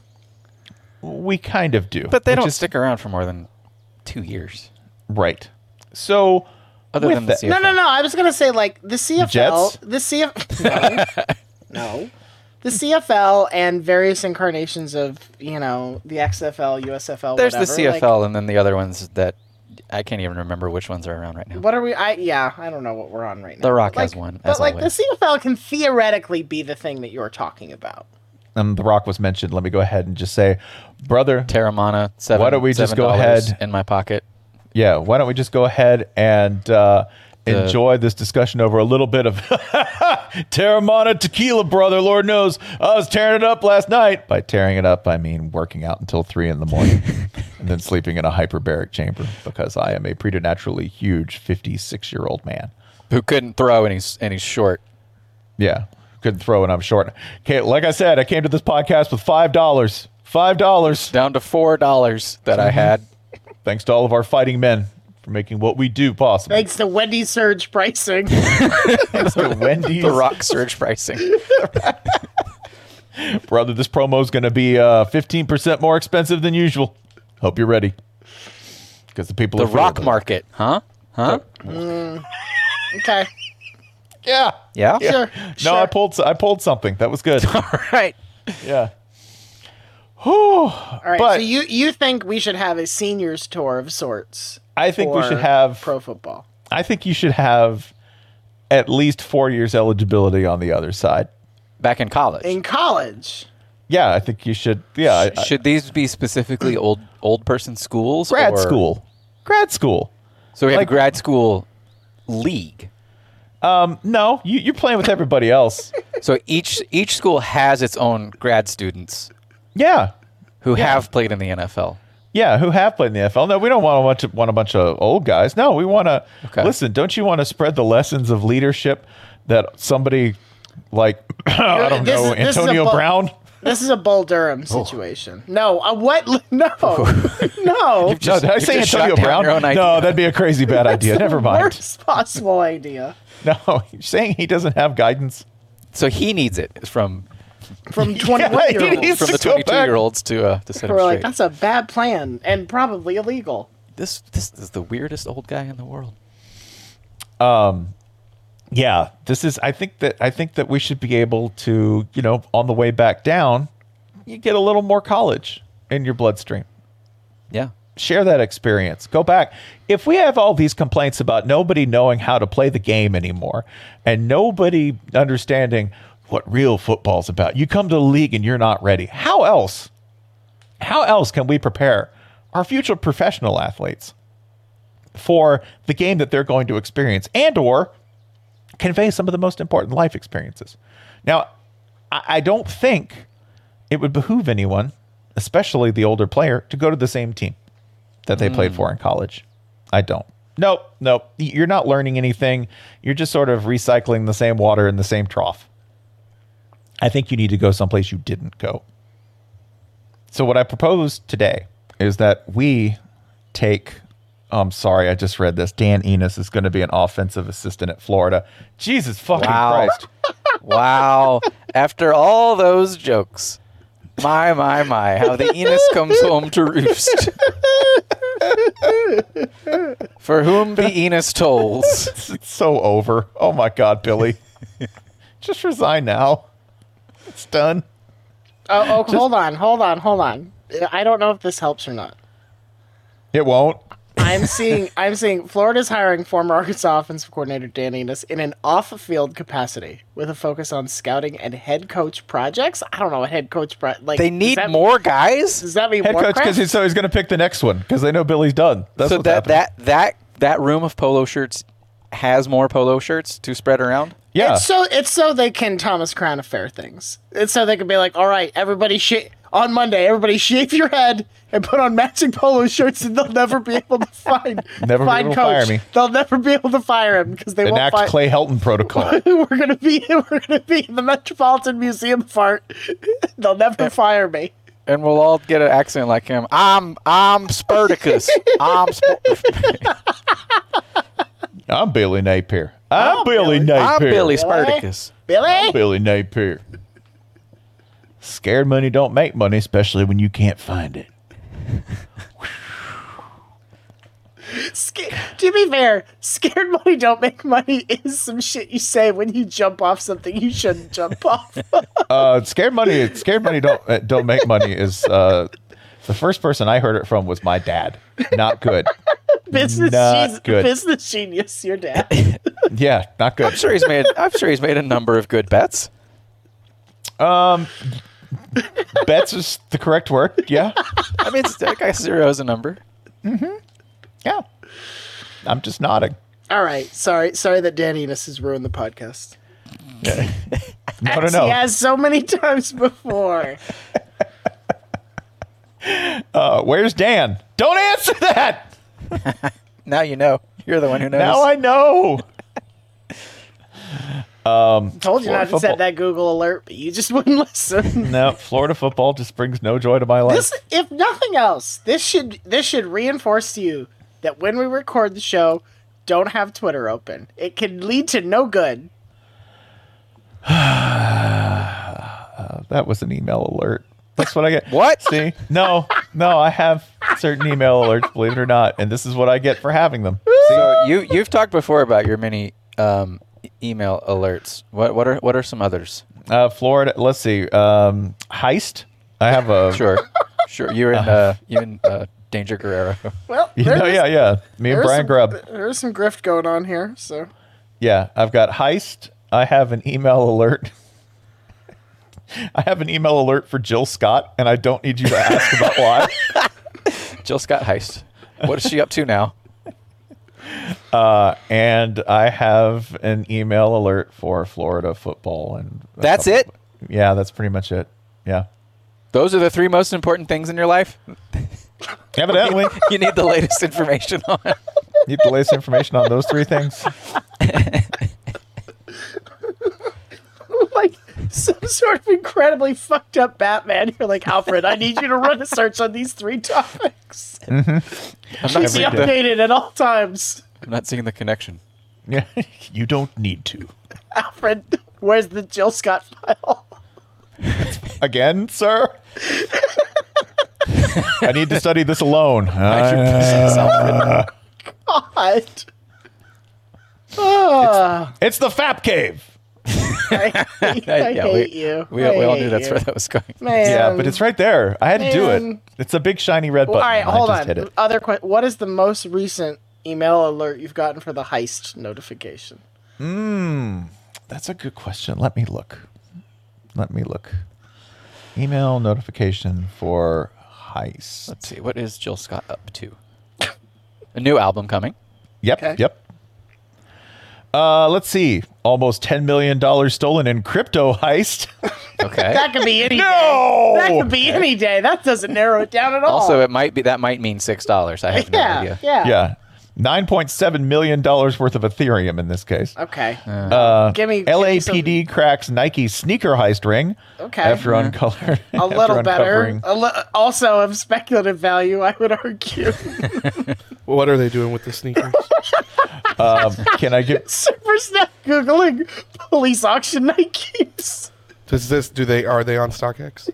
S3: we kind of do.
S2: But they
S3: which
S2: don't
S3: is-
S2: stick around for more than two years.
S3: Right. So,
S2: Other
S3: with
S2: than the
S3: that-
S1: No, no, no. I was gonna say like the CFL,
S3: Jets?
S1: the, CFL, no, no, the CFL and various incarnations of you know the XFL, USFL.
S2: There's
S1: whatever.
S2: the
S1: Like,
S2: CFL, and then the other ones that I can't even remember which ones are around right now.
S1: what are we? I yeah, I don't know what we're on right now.
S2: The Rock
S1: But,
S2: has
S1: like-
S2: one,
S1: but
S2: as
S1: like
S2: always.
S1: the CFL can theoretically be the thing that you're talking about.
S3: um, The Rock was mentioned. Let me go ahead and just say, brother,
S2: Terramana. Uh, Seven,
S3: why don't we just
S2: seven
S3: go
S2: dollars
S3: ahead?
S2: in my pocket?
S3: Yeah, why don't we just go ahead and uh,
S2: The-
S3: enjoy this discussion over a little bit of *laughs* Terramana tequila, brother. Lord knows I was tearing it up last night. By tearing it up, I mean working out until three in the morning and then sleeping in a hyperbaric chamber because I am a preternaturally huge 56 year old man.
S2: Who couldn't throw, and he's and he's short.
S3: Yeah, couldn't throw, and I'm short. Okay, like I said, I came to this podcast with five dollars. Five dollars
S2: down to four dollars that I had.
S3: Thanks to all of our fighting men for making what we do possible.
S1: Thanks to Wendy
S2: *laughs*
S1: surge pricing.
S3: Thanks to Wendy's,
S1: *laughs*
S2: The Rock surge pricing. *laughs*
S3: brother. This promo is going to be uh, fifteen percent more expensive than usual. Hope you're ready, because the people
S2: The
S3: are feeling
S2: Rock
S3: it.
S2: Market, huh? Huh?
S1: Mm,
S2: *laughs*
S1: okay.
S3: Yeah.
S2: Yeah.
S3: Yeah.
S1: Sure,
S3: No, I
S1: sure. *laughs*
S3: pulled. I pulled something. That was good.
S2: *laughs* All right.
S3: yeah.
S1: All right. so you you think we should have a seniors tour of sorts?
S3: I think we should
S1: for
S3: have-
S1: pro football.
S3: I think you should have at least four years eligibility on the other side.
S2: Back in college.
S1: In college.
S3: Yeah, I think you should. Yeah, I- I-
S2: Should these be
S3: *clears throat*
S2: specifically old old person schools?
S3: grad
S2: or-
S3: school, grad school.
S2: So we have a grad school league.
S3: Um, no, you, you're playing with everybody
S1: *laughs*
S3: else.
S2: so each each school has its own grad students.
S3: Yeah,
S2: who
S3: Yeah.
S2: have played in the NFL.
S3: Yeah, who have played in the NFL? No, we don't want a bunch of, want a bunch of old guys. No, we want to listen. Don't you want to spread the lessons of leadership that somebody like *coughs* I don't
S1: This
S3: know
S1: is- this is a
S3: Antonio
S1: bu-
S3: Brown? Oh.
S1: This is a Bull Durham situation. No, uh, what? *laughs*
S3: *laughs*
S1: No, no.
S3: No, did I say Antonio Brown? No, that'd be a crazy
S1: *laughs*
S3: bad idea. Never mind.
S1: Worst possible idea
S3: No, *laughs* you're saying he doesn't have guidance.
S2: So he needs it from
S1: from twenty
S3: Yeah,
S1: one
S3: he
S1: year olds.
S3: needs
S2: from the
S3: to go
S2: twenty
S3: back.
S2: two year olds to uh, to set him
S1: We're like,
S2: straight.
S1: that's a bad plan and probably illegal.
S2: this this is the weirdest old guy in the world.
S3: um yeah this is i think that i think that we should be able to you know on the way back down you get a little more college in your bloodstream
S2: yeah
S3: share that experience go back if we have all these complaints about nobody knowing how to play the game anymore and nobody understanding what real football's about you come to the league and you're not ready how else how else can we prepare our future professional athletes for the game that they're going to experience and or convey some of the most important life experiences now i, I don't think it would behoove anyone especially the older player to go to the same team that they played
S2: Mm.
S3: for in college i don't nope nope Y- you're not learning anything you're just sort of recycling the same water in the same trough i think you need to go someplace you didn't go so what I propose today is that we take. I'm sorry, I just read this. Dan Enos is going to be an offensive assistant at Florida. Jesus fucking
S2: Wow.
S3: Christ!
S2: wow. After all those jokes. My my my, how the Enos comes home to roost. For whom the Enos tolls.
S3: It's so over. Oh my God, *laughs* Billy, just resign now. It's done.
S1: Oh, oh hold on, hold on, hold on. I don't know if this helps or not.
S3: It won't.
S2: *laughs*
S1: I'm seeing I'm seeing Florida's hiring former Arkansas offensive coordinator Dan Enos in an off-field capacity with a focus on scouting and head coach projects. I don't know what head coach pro- like
S2: They
S1: does
S2: need
S1: that-
S2: more guys?
S1: Does that mean
S3: Head coach, because
S1: Warcraft?
S3: he's so he's going to pick the next one because they know Billy's done. That's
S2: so
S3: what's
S2: that,
S3: happening.
S2: that that that room of polo shirts has more polo shirts to spread around?
S3: yeah.
S1: It's so it's so they can Thomas Crown affair things. It's so they can be like, all right, everybody sh- on Monday, everybody shave your head and put on matching polo shirts, and they'll never be able to *laughs* find
S3: Never be
S1: find
S3: able to fire
S1: coach.
S3: me.
S1: They'll never be able to fire him because they won't
S3: enact
S1: find.
S3: Clay Helton protocol.
S1: *laughs* we're gonna be *laughs* we're gonna be in the Metropolitan Museum of Art. *laughs* They'll
S3: Eh.
S1: never fire me.
S2: And we'll all get an accent like him. I'm I'm Spurticus. I'm Spur-
S3: I'm Billy Napier. I'm, Billy, Napier.
S2: I'm Billy Spurticus.
S1: Billy.
S3: Billy Napier. Scared money don't make money, especially when you can't find it.
S1: Sca- to be fair, scared money don't make money is some shit you say when you jump off something you shouldn't jump *laughs* off.
S3: Uh, scared money, scared money don't uh, don't make money is uh, the first person I heard it from was my dad. Not good.
S1: business,
S3: Not
S1: genius,
S3: good.
S1: business genius,
S3: *laughs*
S1: your dad.
S3: Yeah, not good.
S2: I'm sure he's made I'm sure he's made a number of good bets.
S3: Um, bets is the correct word. Yeah,
S2: I mean it's, I guess zero is a number.
S3: yeah. I'm just nodding.
S1: All right, sorry, sorry that Dan Enos has ruined the podcast.
S3: No, no,
S1: As He
S3: no.
S1: has so many *laughs*
S3: *laughs*
S1: times before.
S3: Uh, where's Dan? Don't answer that.
S2: Now you know. You're the one who knows. *laughs*
S3: Now I know. Um,
S1: Told you not to
S3: football-
S1: set that Google alert, but you just wouldn't *laughs* listen.
S3: No, Florida football just brings no joy to my life.
S1: This, if nothing else, this should this should reinforce to you that when we record the show, don't have Twitter open. It can lead to no good.
S3: that was an email alert. That's what I get.
S2: What?
S3: See? No, no, I have certain email alerts, believe it or not, and this is what I get for having them.
S2: So you you've talked before about your many um, email alerts. What what are what are some others?
S3: Uh, Florida. Let's see. Um, heist. I have a
S2: sure, *laughs* sure. You're in uh, you in uh, Danger Guerrero.
S1: Well,
S3: *laughs* You
S1: there
S3: know,
S1: is-
S3: yeah, yeah. Me and
S1: there's
S3: Brian
S1: some,
S3: Grubb.
S1: There's some grift going on here. So *laughs*
S3: Yeah, I've got heist. I have an email alert. *laughs* I have an email alert for Jill Scott, and I don't need you to ask about why.
S2: *laughs* Jill Scott heist. What is she up to now?
S3: Uh, and I have an email alert for Florida football, and
S2: *laughs*
S3: a
S2: That's
S3: couple- Yeah, that's pretty much it. Yeah,
S2: Those are the three most important things in your life. *laughs*
S3: Evidently.
S2: you need the latest information on.
S3: need the latest information on those three things. *laughs*
S1: like some sort of incredibly fucked up Batman. You're like Alfred. I need you to run a search on these three topics.
S3: Mm-hmm.
S2: I'm
S1: Keep me updated at all times.
S2: I'm not seeing the connection.
S3: Yeah, you don't need to.
S1: Alfred, where's the Jill Scott file? *laughs*
S3: Again, sir. I need to study this
S1: *laughs*
S3: alone. Uh,
S2: Uh, *laughs*
S1: I God. Ah.
S3: it's the Fap Cave. *laughs*
S1: I, hate- I hate you.
S3: We,
S1: I
S3: we all
S1: hate
S3: knew that's
S1: you.
S3: *laughs* where that was going.
S1: Man.
S3: Yeah, but it's right there. I had to do
S1: um, Man.
S3: it. It's a big shiny red
S1: Well,
S3: button.
S1: all right,
S3: and
S1: hold
S3: I just Hit
S1: on.
S3: it.
S1: Other question: What is the most recent email alert you've gotten for the heist notification?
S3: Mm, that's a good question. Let me look. Let me look. Email notification for heist.
S2: Let's see. What is Jill Scott up to? A new album *laughs* coming.
S3: Yep.
S2: Okay.
S3: Yep. Uh, let's see. Almost ten million dollars stolen in crypto heist.
S2: Okay.
S1: That could be any
S3: no!
S1: day. That could be any day. That doesn't narrow it down at all.
S2: Also, it might be that might mean six dollars. I have no
S1: Yeah,
S2: idea.
S1: yeah.
S3: *laughs* yeah. Nine point seven million dollars worth of Ethereum in this case.
S1: okay. Um,
S3: Uh,
S1: Give me- give me
S3: LAPD
S1: some-
S3: cracks Nike sneaker heist ring.
S1: Okay.
S3: After
S1: Yeah.
S2: Mm-hmm.
S3: uncolored,
S1: a little better. Uh, A li- also of speculative value, I would argue. *laughs*
S4: What are they doing with the sneakers?
S3: *laughs* um, can I get?
S1: Super snap googling police auction Nikes.
S4: Does this? Do they? Are they on StockX?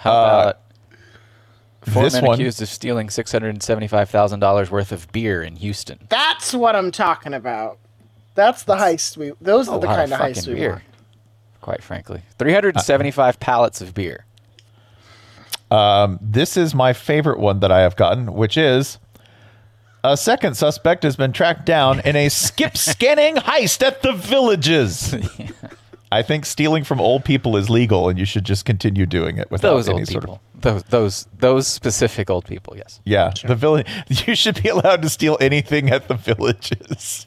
S2: How about Uh, four
S3: this
S2: men
S3: one-
S2: accused of stealing six hundred and seventy-five thousand dollars worth of beer in Houston?
S1: That's what I'm talking about. That's the heist we. Those
S3: Oh,
S1: are
S2: A
S1: Oh, the
S2: lot of
S1: kind of
S2: fucking
S1: heist we
S2: beer.
S1: want.
S2: Quite frankly, three hundred and seventy-five pallets of beer.
S3: Um, this is my favorite one that I have gotten, which is a second suspect has been tracked down in
S2: *laughs*
S3: a skip scanning heist at the villages. I think stealing from old people is legal, and you should just continue doing it without
S2: Those
S3: any
S2: old
S3: sort of
S2: people. Those those those specific old people. Yes.
S3: Yeah, the village. *laughs* You should be allowed to steal anything at the villages.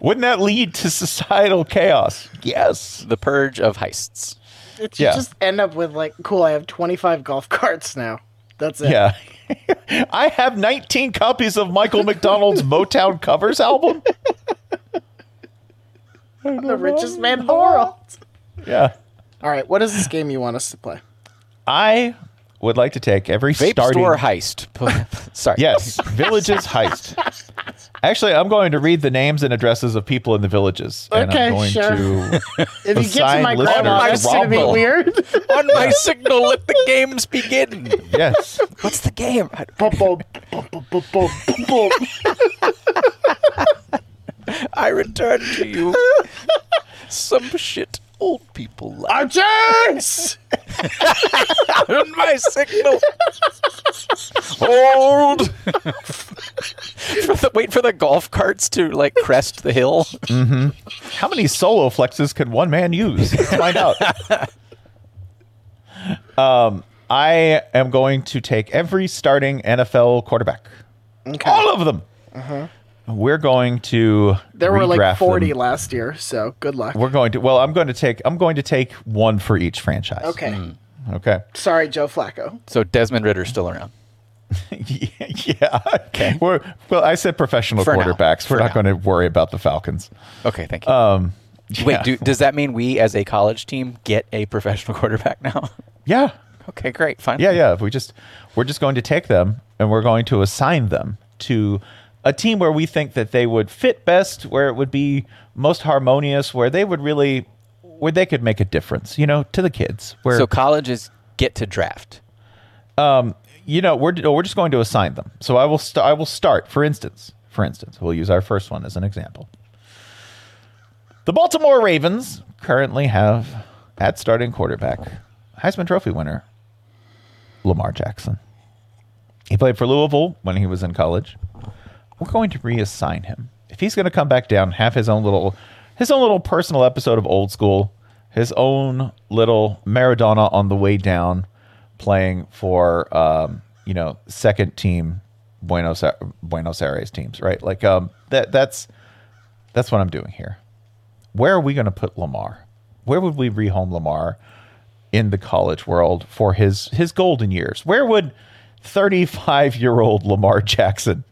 S3: Wouldn't that lead to societal chaos? Yes.
S2: The purge of heists.
S1: It should
S3: Yeah.
S1: just end up with like, cool. I have 25 golf *laughs* carts now. That's it.
S3: Yeah. *laughs* I have 19 copies of
S2: *laughs*
S3: Michael McDonald's Motown covers album.
S1: I'm the richest man in the world.
S3: Yeah.
S1: All right, what is this game you want us to play?
S3: I would like to take every
S2: Vape
S3: starting
S2: store heist. *laughs* Sorry.
S3: Yes, villages heist. Actually, I'm going to read the names and addresses of people in the villages, and
S1: Okay,
S3: I'm going
S1: sure.
S3: to
S1: If you get to
S3: assign
S1: my
S3: listeners
S1: grandma, that's gonna be
S3: Rumble.
S1: weird. *laughs*
S2: On my signal, let the games begin. *laughs*
S3: Yes.
S2: What's the game? I- I return to
S3: *laughs*
S2: you some shit old people like. *laughs*
S1: Archers!
S2: On my signal. Hold. *laughs* For the- wait for the golf carts to like crest the hill.
S3: hmm How many solo flexes can one man use? Let's find out. um, I am going to take every starting NFL quarterback.
S1: Okay.
S3: All of them.
S1: Uh-huh.
S3: We're going to.
S1: There were
S3: redraft
S1: like 40
S3: them.
S1: last year, so good luck.
S3: We're going to. Well, I'm going to take. I'm going to take one for each franchise.
S1: Okay.
S3: Okay. *laughs*
S1: Sorry, Joe Flacco.
S2: So Desmond Ritter's still around.
S3: yeah. Okay. We're, well, I said professional
S2: For now.
S3: quarterbacks. We're not going to worry about the Falcons.
S2: Okay, thank
S3: you. Um, yeah.
S2: Wait, do, does that mean we as a college team get a professional *laughs* quarterback now?
S3: Yeah.
S2: Okay, great. Fine.
S3: Yeah, yeah. If we just we're just going to take them and we're going to assign them to a team where we think that they would fit best, where it would be most harmonious, where they would really where they could make a difference, you know, to the kids. Where
S2: So colleges get to draft.
S3: um, you know, we're we're just going to assign them. So I will st- I will start, for instance, for instance. We'll use our first one as an example. The Baltimore Ravens currently have at starting quarterback Heisman Trophy winner Lamar Jackson. He played for Louisville when he was in college. We're going to reassign him. If he's going to come back down, have his own little his own little personal episode of old school, his own little Maradona on the way down playing for um, you know, second team Buenos Buenos Aires teams, right? Like um that that's that's what I'm doing here. Where are we going to put Lamar? Where would we rehome Lamar in the college world for his his golden years? Where would 35-year-old Lamar Jackson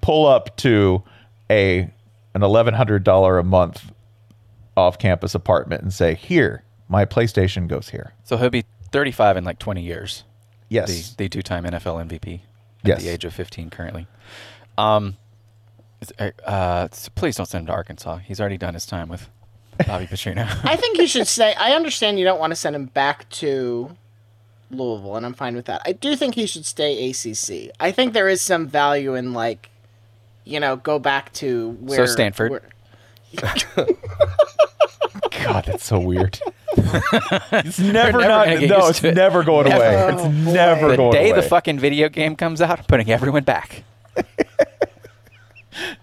S3: pull up to a an $1100 a month off-campus apartment and say, "Here, my PlayStation goes here."
S2: So he'll be 35 in like 20 years.
S3: Yes.
S2: The, the two-time NFL MVP at
S3: Yes.
S2: the age of 15 currently. Um, uh, uh, please don't send him to Arkansas. He's already done his time with Bobby Petrino.
S1: I think you should say. I understand you don't want to send him back to Louisville, and I'm fine with that. I do think he should stay ACC. I think there is some value in like, you know, go back to
S2: so
S1: where.
S2: Stanford.
S1: where-
S3: God, that's
S2: *laughs*
S3: so weird. it's
S2: We're
S3: never,
S2: gonna
S3: not
S2: get
S3: no,
S2: used
S3: it's
S2: to it. Oh,
S3: never going away. It's never
S2: *laughs* the
S3: going
S2: day
S3: away.
S2: the
S3: *laughs*
S2: fucking video game comes out, I'm putting everyone back.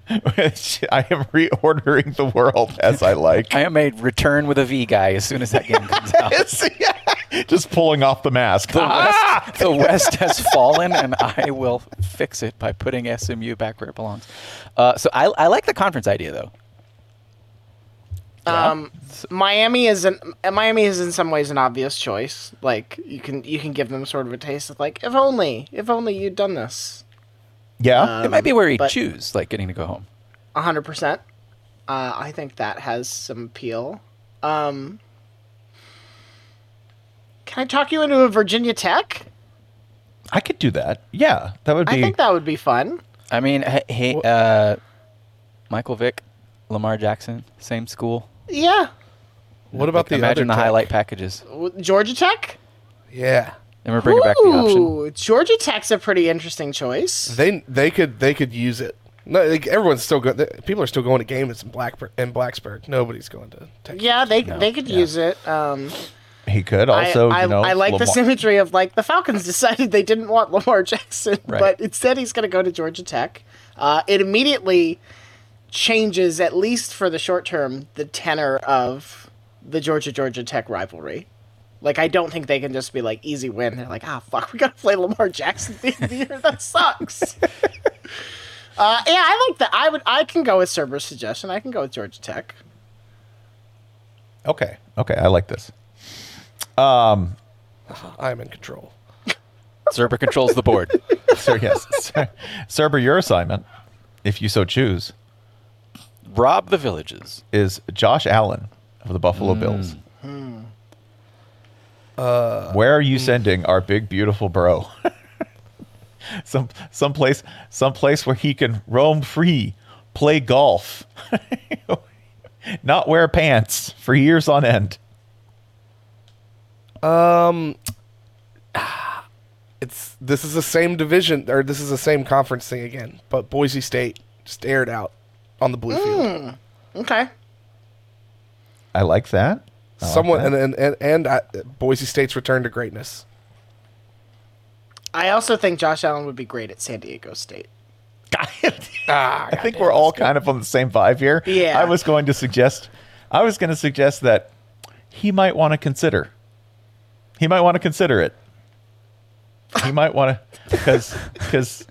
S3: I am reordering the world as I like. *laughs*
S2: I am a return with a V guy as soon as that game comes out.
S3: Just pulling off the mask. Uh,
S2: The, West, the West has fallen, and I will fix it by putting SMU back where it belongs. Uh, so I, I like the conference idea, though.
S1: Um, Miami is an uh, Miami is in some ways an obvious choice. Like you can you can give them sort of a taste of like if only if only you'd done this.
S3: Yeah,
S2: it might be where he
S1: but-
S2: choose, like getting to go home.
S1: A hundred percent. Uh, I think that has some appeal. Um, can I talk you into a Virginia Tech?
S3: I could do that. Yeah, that would
S1: I
S4: Hmm.
S3: be.
S1: think that would be fun.
S2: I mean, h- hey, uh, Michael Vick, Lamar Jackson, same school.
S1: Yeah,
S4: What about
S2: Like,
S4: the
S2: imagine
S4: other
S2: the highlight packages?
S1: W- Georgia Tech.
S4: Yeah.
S2: And we're bringing back the option.
S1: Ooh, Georgia Tech's a pretty interesting choice.
S4: They they could they could use it. No, like, everyone's still going. People are still going to games in Blackburg in Blacksburg. Nobody's going to.
S1: Yeah, they
S4: No,
S1: they could use it. Um,
S3: he could
S1: I-
S3: also.
S1: I,
S3: you know,
S1: I like
S3: Lamar-
S1: this imagery of like the Falcons *laughs* decided they didn't want Lamar Jackson,
S3: Right.
S1: but instead he's going to go to Georgia Tech. Uh, it immediately changes, at least for the short term, the tenor of the Georgia Georgia Tech rivalry. Like I don't think they can just be like easy win. They're like, ah, fuck, we got to play Lamar Jackson at the end of the year.
S3: *laughs*
S1: That sucks. uh, yeah, I like that. I would. I can go with Cerberus' suggestion. I can go with Georgia Tech.
S3: Okay, okay, I like this. Um,
S4: I'm in control.
S2: Zerber controls the board.
S3: *laughs* Sir, yes, Sir- Cerber, your assignment, if you so choose,
S2: rob the villages
S3: is Josh Allen of the Buffalo Bills.
S4: Uh,
S3: Where are you sending our big beautiful bro? *laughs* some some place some place where he can roam free, play golf, *laughs* not wear pants for years on end.
S4: Um, it's this is the same division or this is the same conference thing again, but Boise State just aired out on the blue field.
S1: Mm, okay.
S3: I like that. I like
S4: Someone
S3: that.
S4: and and and, and I, Boise State's return to greatness.
S1: I also think Josh Allen would be great at San Diego State.
S3: *laughs*
S4: ah,
S3: I think we're all kind of on the same vibe here.
S1: Yeah.
S3: I was going to suggest I was going to suggest that he might want to consider. He might want to consider it. He might want to cuz cuz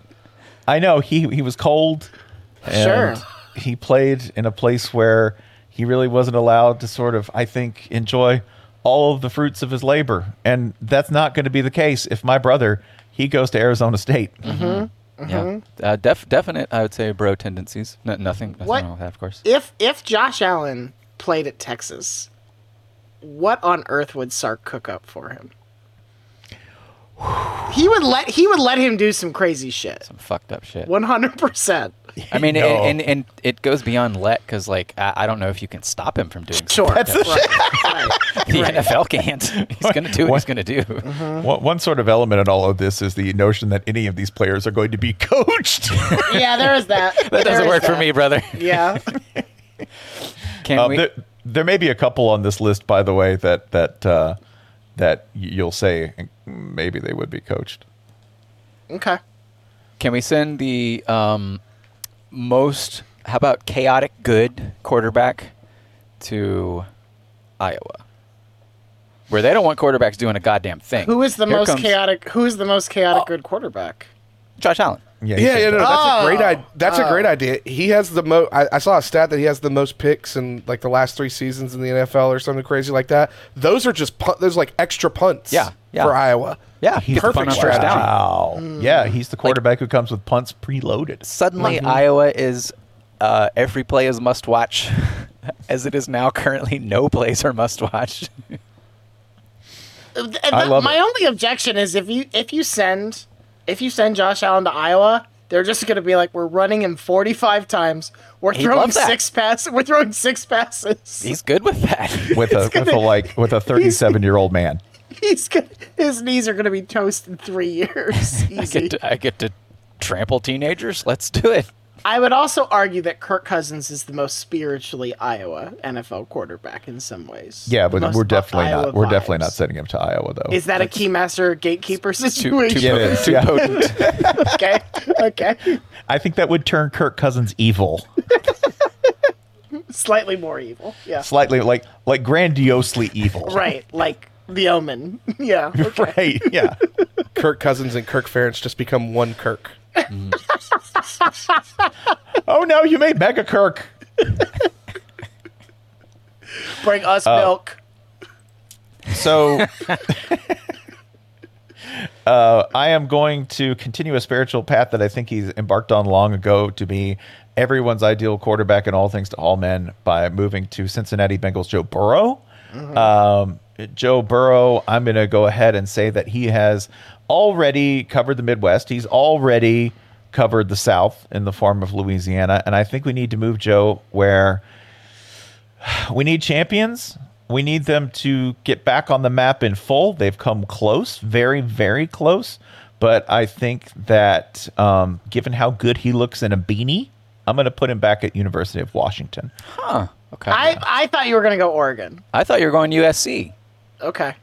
S3: I know he he was cold and
S1: Sure.
S3: he played in a place where he really wasn't allowed to sort of I think enjoy all of the fruits of his labor and that's not going to be the case if my brother he goes to Arizona State.
S2: Yeah, uh, def- definite. I would say bro tendencies. No, nothing, nothing
S1: What-
S2: wrong with that, of course.
S1: If if Josh Allen played at Texas, what on earth would Sark cook up for him? He would let he would let him do some crazy shit.
S2: fucked up shit.
S1: One hundred percent.
S2: I mean, and, and and it goes beyond let because like I, I don't know if you can stop him from doing.
S1: Sure.
S2: something
S1: That's
S2: like that. the *laughs*
S1: Right.
S2: NFL can't. He's gonna do. What he's gonna do.
S3: One, one sort of element in all of this is the notion that any of these players are going to be *laughs* coached.
S1: yeah, there is that.
S2: That
S1: There
S2: doesn't
S1: is
S2: work for
S1: that.
S2: me, brother.
S1: Yeah.
S2: Can
S3: Uh,
S2: we?
S3: There, there may be a couple on this list, by the way, that that uh, that y- you'll say "Mm, maybe they would be coached.
S1: Okay.
S2: Can we send the um, most? How about chaotic good quarterback to Iowa, where they don't want quarterbacks doing a goddamn thing.
S1: Who is the
S2: Here
S1: most
S2: comes
S1: chaotic? Who is the most chaotic good quarterback?
S2: Josh Allen.
S3: Yeah,
S4: yeah, yeah. No, that's a great
S1: Oh.
S4: idea. That's
S1: Oh.
S4: a great idea. He has the most. I, I saw a stat that he has the most picks in like the last three seasons in the NFL or something crazy like that. Those are just punt. Those are like extra punts.
S3: Yeah, yeah.
S4: for Iowa.
S2: Yeah,
S3: He's the
S4: perfect
S3: punter.
S4: strategy.
S3: Wow. Yeah, he's the quarterback who comes with punts preloaded.
S2: Suddenly, Iowa is uh, every play is must watch, *laughs* as it is now currently no plays are must watch.
S1: And
S2: I
S1: that-
S2: love
S1: my only objection is if you if you send if you send Josh Allen to Iowa, they're just going to be like, we're running him forty five times. We're
S3: He'd
S1: throwing
S3: love that.
S1: six passes. We're throwing six passes.
S2: *laughs* He's good with that. *laughs*
S3: with a with a like with a thirty seven year old man.
S1: *laughs* He's gonna, his knees are going to be toast in three years.
S2: I
S1: Easy.
S2: get to, I get to trample teenagers. Let's do it.
S1: I would also argue that Kirk Cousins is the most spiritually Iowa NFL quarterback in some ways.
S3: Yeah, but
S1: The most
S3: we're definitely
S1: Iowa
S3: not we're
S1: vibe.
S3: definitely not sending him to Iowa though.
S1: Is that a keymaster gatekeeper situation?
S3: Yeah, it is, yeah.
S1: *laughs* okay. Okay.
S3: I think that would turn Kirk Cousins evil,
S1: Slightly more evil. Yeah.
S3: slightly like like grandiosely evil.
S1: Right. Like the omen. *laughs* Yeah.
S4: *laughs*
S1: Okay.
S3: Right. Yeah.
S4: Kirk Cousins and Kirk Ferentz just become one Kirk. *laughs*
S3: Oh no, you made Mega Kirk.
S1: Bring us
S3: Uh,
S1: milk.
S3: So *laughs* uh, I am going to continue a spiritual path that I think he's embarked on long ago to be everyone's ideal quarterback in all things to all men by moving to Cincinnati Bengals Joe Burrow. Um, Joe Burrow, I'm going to go ahead and say that he has already covered the Midwest. He's already covered the South in the form of Louisiana. And I think we need to move Joe where we need champions. We need them to get back on the map in full. They've come close, very, very close. But I think that um, given how good he looks in a beanie, I'm going to put him back at University of Washington.
S2: Huh.
S3: uh,
S2: Okay.
S1: I, I thought you were going to go Oregon.
S2: I thought you were going USC.
S1: Okay.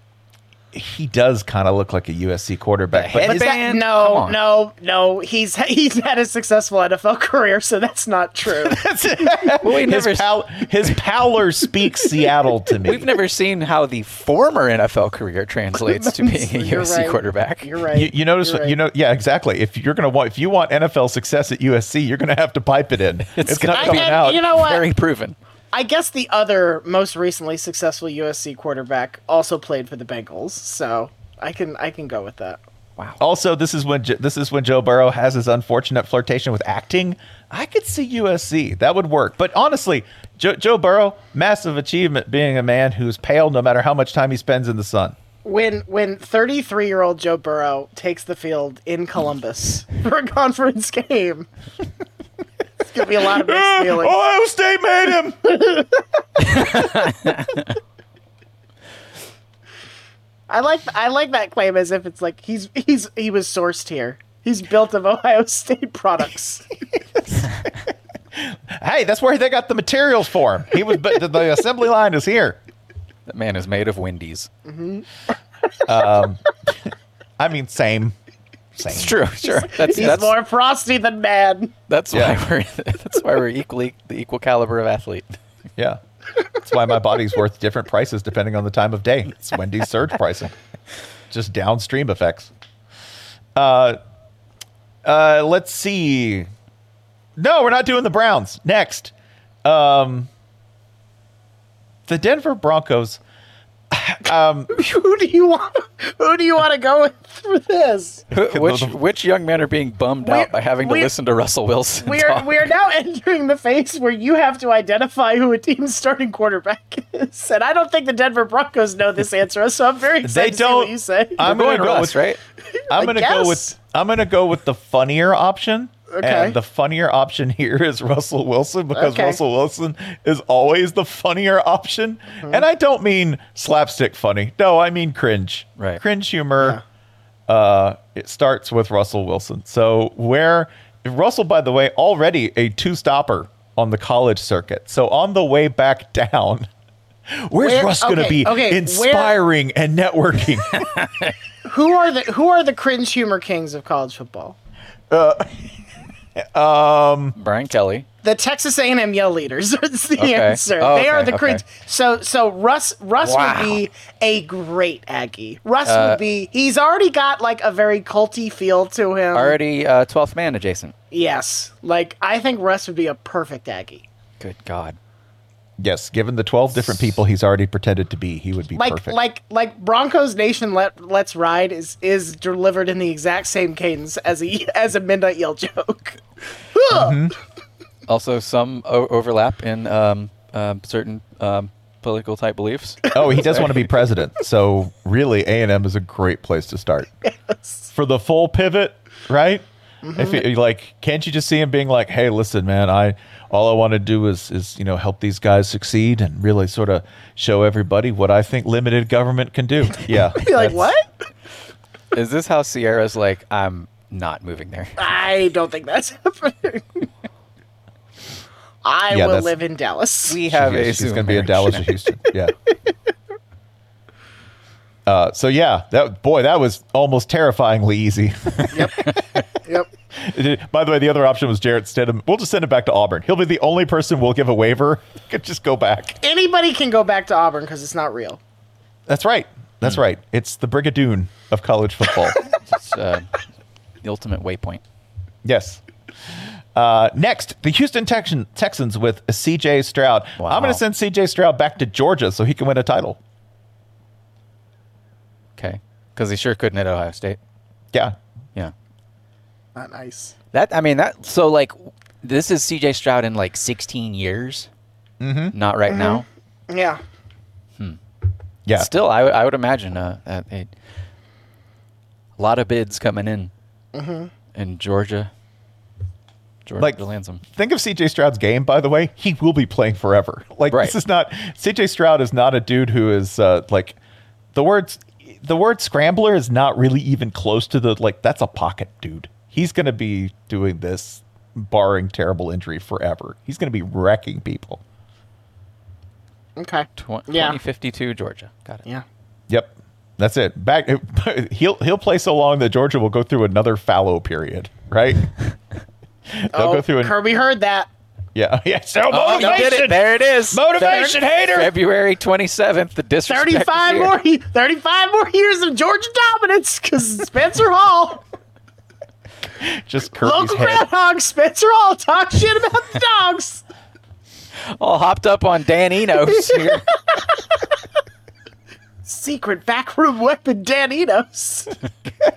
S3: He does kind of look like a USC quarterback. but
S1: But
S3: is
S1: that-
S3: that- come
S1: no,
S3: on.
S1: no, no. He's he's had a successful NFL *laughs* career, so that's
S3: *laughs*
S1: not true.
S2: *laughs* we
S3: his,
S2: never-
S3: pow- his pallor speaks Seattle to me.
S2: We've never seen how the former NFL career translates
S1: *laughs*
S2: to being a
S3: You're
S2: USC
S3: right.
S2: quarterback.
S1: You're
S3: You, you notice,
S2: You're
S3: what you know, yeah, exactly. If you're gonna want, if you want NFL success at USC, you're gonna have to pipe it in. It's,
S2: gonna
S3: not
S2: be-
S3: coming out.
S1: you know what?
S2: Very proven.
S1: I guess the other most recently successful USC quarterback also played for the Bengals, so I can I can go with that.
S3: Also, this is when Jo- this is when Joe Burrow has his unfortunate flirtation with acting. I could see USC that would work, but honestly, jo- Joe Burrow, massive achievement being a man who's pale no matter how much time he spends in the sun.
S1: When when 33 year old Joe Burrow takes the field in Columbus *laughs* for a conference game, it's gonna be a lot of mixed feelings.
S3: Ohio State made him.
S1: I like I like that claim as if it's like he's he's he was sourced here. He's built of Ohio *laughs* State products.
S3: *laughs* Hey, that's where they got the materials for him. He was, but the, the assembly line is here.
S2: That man is made of Wendy's.
S3: Um, I mean, same, same.
S2: It's true. Sure. That's
S1: *laughs* he's
S2: that's
S1: more frosty than mad.
S2: that's
S3: Yeah.
S2: why we're *laughs* that's why we're equally the equal caliber of athlete.
S3: Yeah, that's why my body's worth different prices depending on the time of day. It's Wendy's surge pricing, just downstream effects. Uh, uh, let's see. No, we're not doing the Browns next. Um, the Denver Broncos. Um,
S1: *laughs* who do you want? Who do you want to go with for this?
S2: which which young men are being bummed out by having to
S1: we're-
S2: listen to Russell
S1: *laughs*
S2: Wilson?
S1: We are
S2: talk?
S1: we are now entering the phase where you have to identify who a team's starting quarterback is, and I don't think the Denver Broncos know this answer, so I'm very
S3: they
S1: excited to see
S3: don't.
S1: what you say.
S3: I'm gonna go with
S2: right.
S3: *laughs* I'm
S1: I
S3: gonna go
S1: guess.
S3: with I'm gonna go with the funnier option.
S1: Okay.
S3: And the funnier option *laughs* here is Russell Wilson because
S1: Okay.
S3: Russell Wilson is always the funnier option.
S1: Mm-hmm.
S3: And I don't mean slapstick funny. No, I mean cringe. Right. Cringe humor. Uh, it starts with Russell Wilson. So where Russell, by the way, already a two stopper on the college circuit. So on the way back *laughs* down, where's
S1: Where-
S3: Russ gonna
S1: okay,
S3: be
S1: okay, where-
S3: inspiring and
S1: *laughs*
S3: networking?
S1: Who are the who are the cringe humor kings of college football?
S3: Uh, um,
S2: Brian Kelly.
S1: The Texas A&M Yell Leaders *laughs* is the
S2: Okay.
S1: answer.
S2: Oh,
S1: they are
S2: okay,
S1: the cringe.
S2: okay.
S1: So so Russ Russ
S2: Wow.
S1: would be a great Aggie. Russ
S2: Uh,
S1: would be. He's already got like a very culty feel to him.
S2: Already uh, 12th man adjacent.
S1: Yes. Like I think Russ would be a perfect Aggie.
S2: Good God.
S3: Yes, given the 12 different people he's already pretended to be, he would be
S1: like
S3: perfect.
S1: like like Broncos Nation let let's ride is is delivered in the exact same cadence as a *laughs* as a midnight yell joke. *laughs*
S2: Also, some o- overlap in um, um, certain um, political type
S1: *laughs*
S2: beliefs.
S3: oh, he does want to be president. So really, A&M is a great place to start. For the full pivot, right? If
S1: Mm-hmm.
S3: he, like, can't you just see him being like, "Hey, listen, man, I all I want to do is is you know help these guys succeed and really sort of show everybody what I think limited government can
S1: *laughs*
S3: do." Yeah,
S1: Be like what?
S2: Is this how Sierra's like? I'm not moving there.
S1: I don't think that's *laughs* happening. I
S3: Yeah,
S1: will
S3: that's-
S1: live in Dallas.
S2: We have a
S3: she's
S2: Zoom
S3: going to be in
S2: marriage.
S3: Dallas or Houston. Yeah. *laughs* Uh, so yeah, that boy, that was almost terrifyingly easy.
S1: *laughs*
S3: *laughs*
S1: Yep.
S3: By the way, the other option was Jarrett Stidham. We'll just send him back to Auburn. He'll be the only person we'll give a waiver. *laughs* Could just go back.
S1: Anybody can go back to Auburn because it's not real.
S3: That's right. That's right. It's the Brigadoon of college football.
S2: It's *laughs* uh, the ultimate waypoint.
S3: yes. Uh, next, the Houston Texan, Texans with CJ Stroud. I'm going to send CJ Stroud back to Georgia so he can win a title.
S2: Okay. Because he sure couldn't at Ohio State.
S3: Yeah.
S2: Yeah.
S1: Not nice.
S2: That I mean that so like this is CJ Stroud in like 16 years. Mm-hmm. Not right now.
S1: Yeah.
S3: Yeah.
S2: Still, I would I would imagine uh, that a lot of bids coming in
S3: Mm-hmm.
S1: hmm
S2: in Georgia. Georgia
S3: Like-
S2: lands them.
S3: Think of CJ Stroud's game, by the way. He will be playing forever. Like
S2: Right.
S3: this is not CJ Stroud is not a dude who is uh, like the words. The word scrambler is not really even close to the like. That's a pocket dude. He's going to be doing this, barring terrible injury, forever. He's going to be wrecking people.
S1: Okay.
S2: Tw-
S1: Yeah.
S2: 2052 Georgia. Got it.
S1: Yeah.
S3: Yep, that's it. Back. *laughs* He'll he'll play so long that Georgia will go through another fallow period. Right. *laughs* *laughs* They'll
S1: Oh,
S3: go through an
S1: Kirby heard that.
S3: yeah *laughs* yeah. So
S2: Oh, he did
S3: motivation!
S2: it. There it is.
S3: Motivation,
S2: Fe-
S3: hater!
S2: February 27th, the disrespect. is
S1: 35
S2: here.
S1: more, he- 35 more years of Georgia dominance because Spencer Hall,
S3: Just Kirby's
S1: local
S3: head.
S1: groundhog, Spencer Hall, talk shit about the dogs.
S2: All hopped up on Dan Enos here.
S1: Secret backroom weapon, Dan Enos.
S3: *laughs*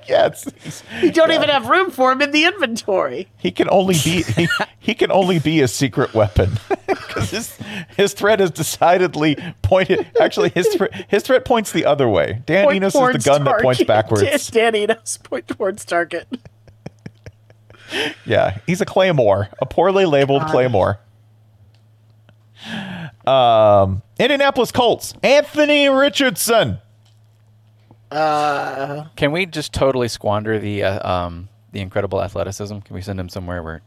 S3: Yeah, it's- it's-
S1: You don't even have room for him in the inventory.
S3: He can only *laughs* be he, he can only be a secret weapon *laughs* because his his threat is decidedly pointed. Actually, his thre- his threat points the other way. Dan
S1: Point
S3: Enos is the
S1: towards
S3: gun that points *laughs*
S1: target.
S3: backwards.
S1: *laughs* Dan Enos, point towards target.
S3: Yeah, he's a claymore, a poorly labeled claymore. Um, Indianapolis Colts, Anthony Richardson.
S1: Uh,
S2: Can we just totally squander the uh, um, the incredible athleticism? Can we send him somewhere where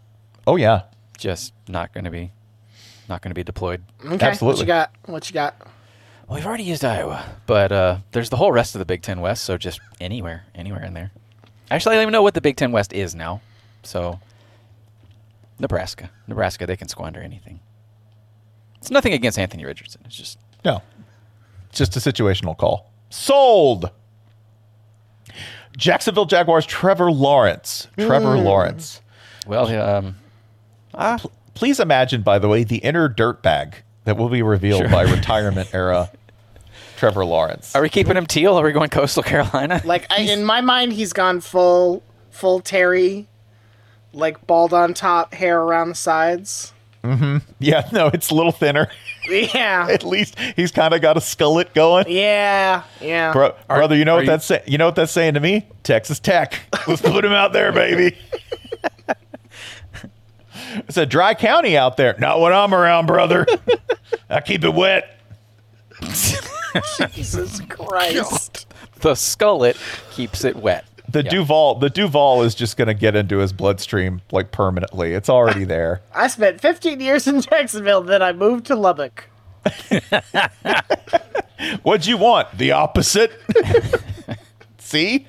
S3: Oh yeah,
S2: just not going to be not going to be deployed?
S1: okay. What
S3: Absolutely.
S1: you got? What you got?
S2: Well, we've already used Iowa, but uh, there's the whole rest of the Big Ten West, so just anywhere, anywhere in there. Actually, I don't even know what the Big Ten West is now. So Nebraska, Nebraska, they can squander anything. It's nothing against Anthony Richardson. It's just
S3: No. Just a situational call. Sold. Jacksonville Jaguars Trevor Lawrence. Trevor Lawrence.
S2: well, um, *laughs*
S3: Please imagine, by the way, the inner dirtbag that will be revealed by retirement era Trevor Lawrence.
S2: Are we keeping him teal? Are we going Coastal Carolina? *laughs*
S1: Like I, in my mind, he's gone full full Terry, like bald on top, hair around the sides.
S3: Mm-hmm. Yeah, no, it's a little thinner. *laughs*
S1: Yeah.
S3: At least he's kind of got a skullet going.
S1: Yeah, yeah.
S3: Bro- brother, you know what that's saying? You know what that's saying to me? Texas Tech. *laughs* Let's put him out there, baby. *laughs* it's a dry county out there. Not when I'm around, brother. *laughs* I keep it wet.
S1: Jesus Christ.
S2: the skullet keeps it wet.
S3: The
S2: Yeah.
S3: Duval, the Duval is just gonna get into his bloodstream like permanently. It's already there.
S1: *laughs* I spent 15 years in Jacksonville, then I moved to Lubbock.
S3: What'd you want? The
S1: *laughs*
S3: opposite. See,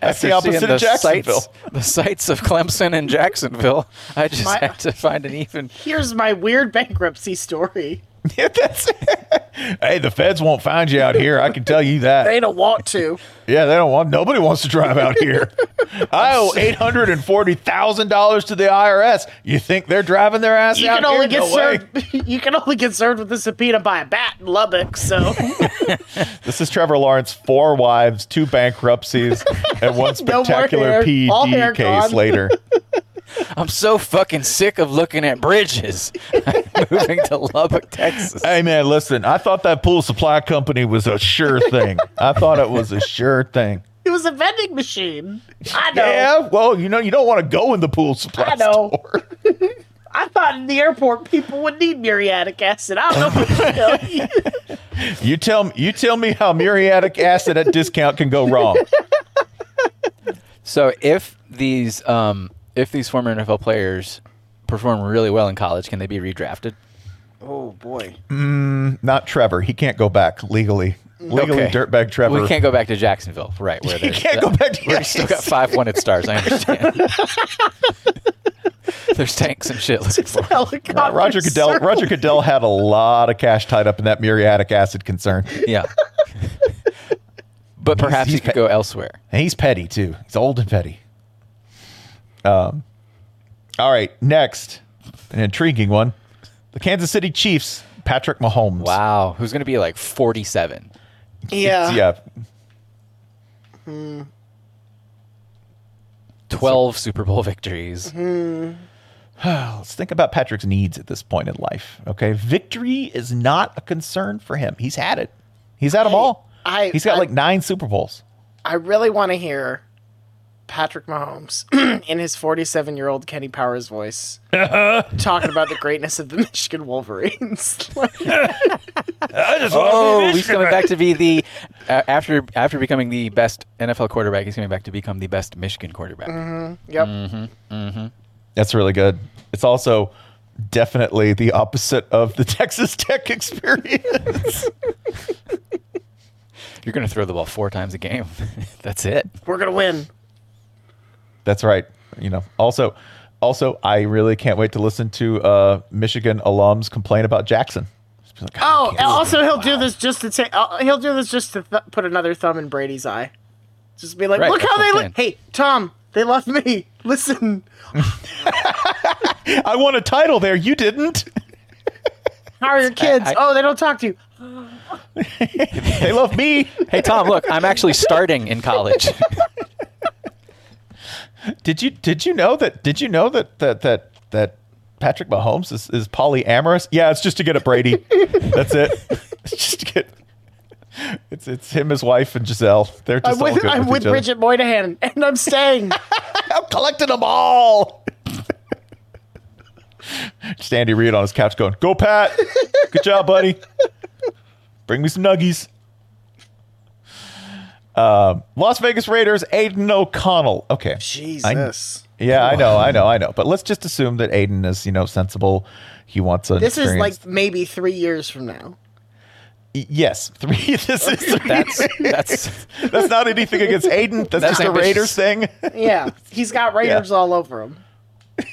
S3: that's
S2: After
S3: the opposite
S2: seeing
S3: of Jacksonville. *laughs*
S2: Sights, the sights of Clemson and Jacksonville. I just
S1: My-
S2: had to find an even.
S1: Here's my weird bankruptcy story.
S3: Hey, the feds won't find you out here. I can tell you that.
S1: They don't want to.
S3: Yeah, they don't want. Nobody wants to drive out
S1: *laughs*
S3: here. I owe eight hundred and forty thousand dollars to the IRS. You think they're driving their ass
S1: You
S3: out
S1: can
S3: here?
S1: only get
S3: No way.
S1: served. *laughs* You can only get served with a subpoena by a bat in Lubbock. So *laughs*
S3: This is Trevor Lawrence, four wives, two
S1: *laughs*
S3: bankruptcies, and one
S1: more
S3: spectacular
S1: hair. All hair
S3: PED case
S1: gone.
S3: later.
S2: I'm so fucking sick of looking at bridges. *laughs* I'm moving to Lubbock, Texas.
S3: Hey man, listen, I thought that pool supply company was a sure thing. I thought it was a sure thing.
S1: it was a vending machine. I know.
S3: Yeah, well, you know, you don't want to go in the pool supply.
S1: I know. *laughs* I thought in the airport people would need muriatic acid. I don't know. What to tell
S3: *laughs*
S1: you.
S3: You tell me, you tell me how muriatic acid at discount can go wrong.
S2: So if these um, if these former NFL players perform really well in college, can they be redrafted?
S1: Oh boy.
S3: Mm, not Trevor. He can't go back legally. Legally,
S2: Okay.
S3: dirtbag Trevor.
S2: We can't go back to Jacksonville, right? Where
S3: *laughs* You
S2: there's-
S3: can't go back to *laughs*
S2: We've still got five wanted stars. I understand. there's tanks and shit.
S3: *laughs*
S2: Looking for.
S3: Uh, Roger Goodell. Roger Goodell had a lot of cash tied up in that muriatic acid concern.
S2: Yeah. but perhaps he could go elsewhere.
S3: And he's petty too. He's old and petty. Um, all right, next, an intriguing one: the Kansas City Chiefs, Patrick Mahomes.
S2: Wow, who's going to be like 47?
S1: Yeah.
S3: yeah,
S1: Hmm.
S2: 12 Super Bowl *laughs* victories.
S1: Hmm.
S3: Let's think about Patrick's needs at this point in life. Okay, victory is not a concern for him. He's had it. He's had them all.
S1: I-
S3: He's got
S1: I-
S3: like nine Super Bowls.
S1: I really want to hear Patrick Mahomes *clears throat* in his 47 year old Kenny
S3: *laughs*
S1: Powers voice talking about the greatness of the *laughs* Michigan Wolverines. *laughs*
S2: Oh, he's coming back to be *laughs* the uh, after after becoming the best NFL quarterback. He's coming back to become the best Michigan quarterback.
S1: hmm Yep.
S3: Mm.
S2: Mm-hmm. Mm-hmm.
S3: That's really good. It's also definitely the opposite of the *laughs* Texas Tech experience.
S2: You're going to throw the ball four times a game. *laughs* That's it.
S1: We're going to win.
S3: That's right. You know. Also, also, I really can't wait to listen to uh, Michigan alums complain about Jackson. Just be like,
S1: Oh, and also he'll do this just to take. Uh, he'll do this just to th- put another thumb in Brady's eye. Just be like,
S3: Right,
S1: look
S3: that's
S1: how
S3: what
S1: they
S3: I'm
S1: look. Hey, Tom, they love me. *laughs* Listen,
S3: I won a title there. You didn't. *laughs*
S1: how are your kids?
S2: I-
S1: oh, they don't talk to you.
S3: they love me.
S2: Hey Tom, look, I'm actually starting in college.
S3: Did you did you know that did you know that that that that Patrick Mahomes is, is polyamorous? Yeah, it's just to get at Brady. That's it. *laughs* It's just to get it's it's him, his wife, and Giselle. They're just
S1: I'm
S3: all
S1: with,
S3: good
S1: I'm
S3: with
S1: with
S3: each other.
S1: Bridget Moynihan, *laughs* and I'm staying.
S3: I'm collecting them all. Just Andy Reid on his couch going, Go Pat. Good job, buddy. Bring me some nuggies. Um, Las Vegas Raiders, Aiden O'Connell. Okay.
S1: Jesus.
S3: I, yeah, I know, I know, I know. But let's just assume that Aiden is, you know, sensible. He wants a.
S1: this is like maybe three years from now.
S3: Yes, *laughs* three. This is
S2: *laughs*
S3: three.
S2: That's that's
S3: that's not anything against Aiden. That's,
S2: That's
S3: just a
S2: ambitious.
S3: Raiders thing. *laughs*
S1: Yeah, he's got Raiders all over him.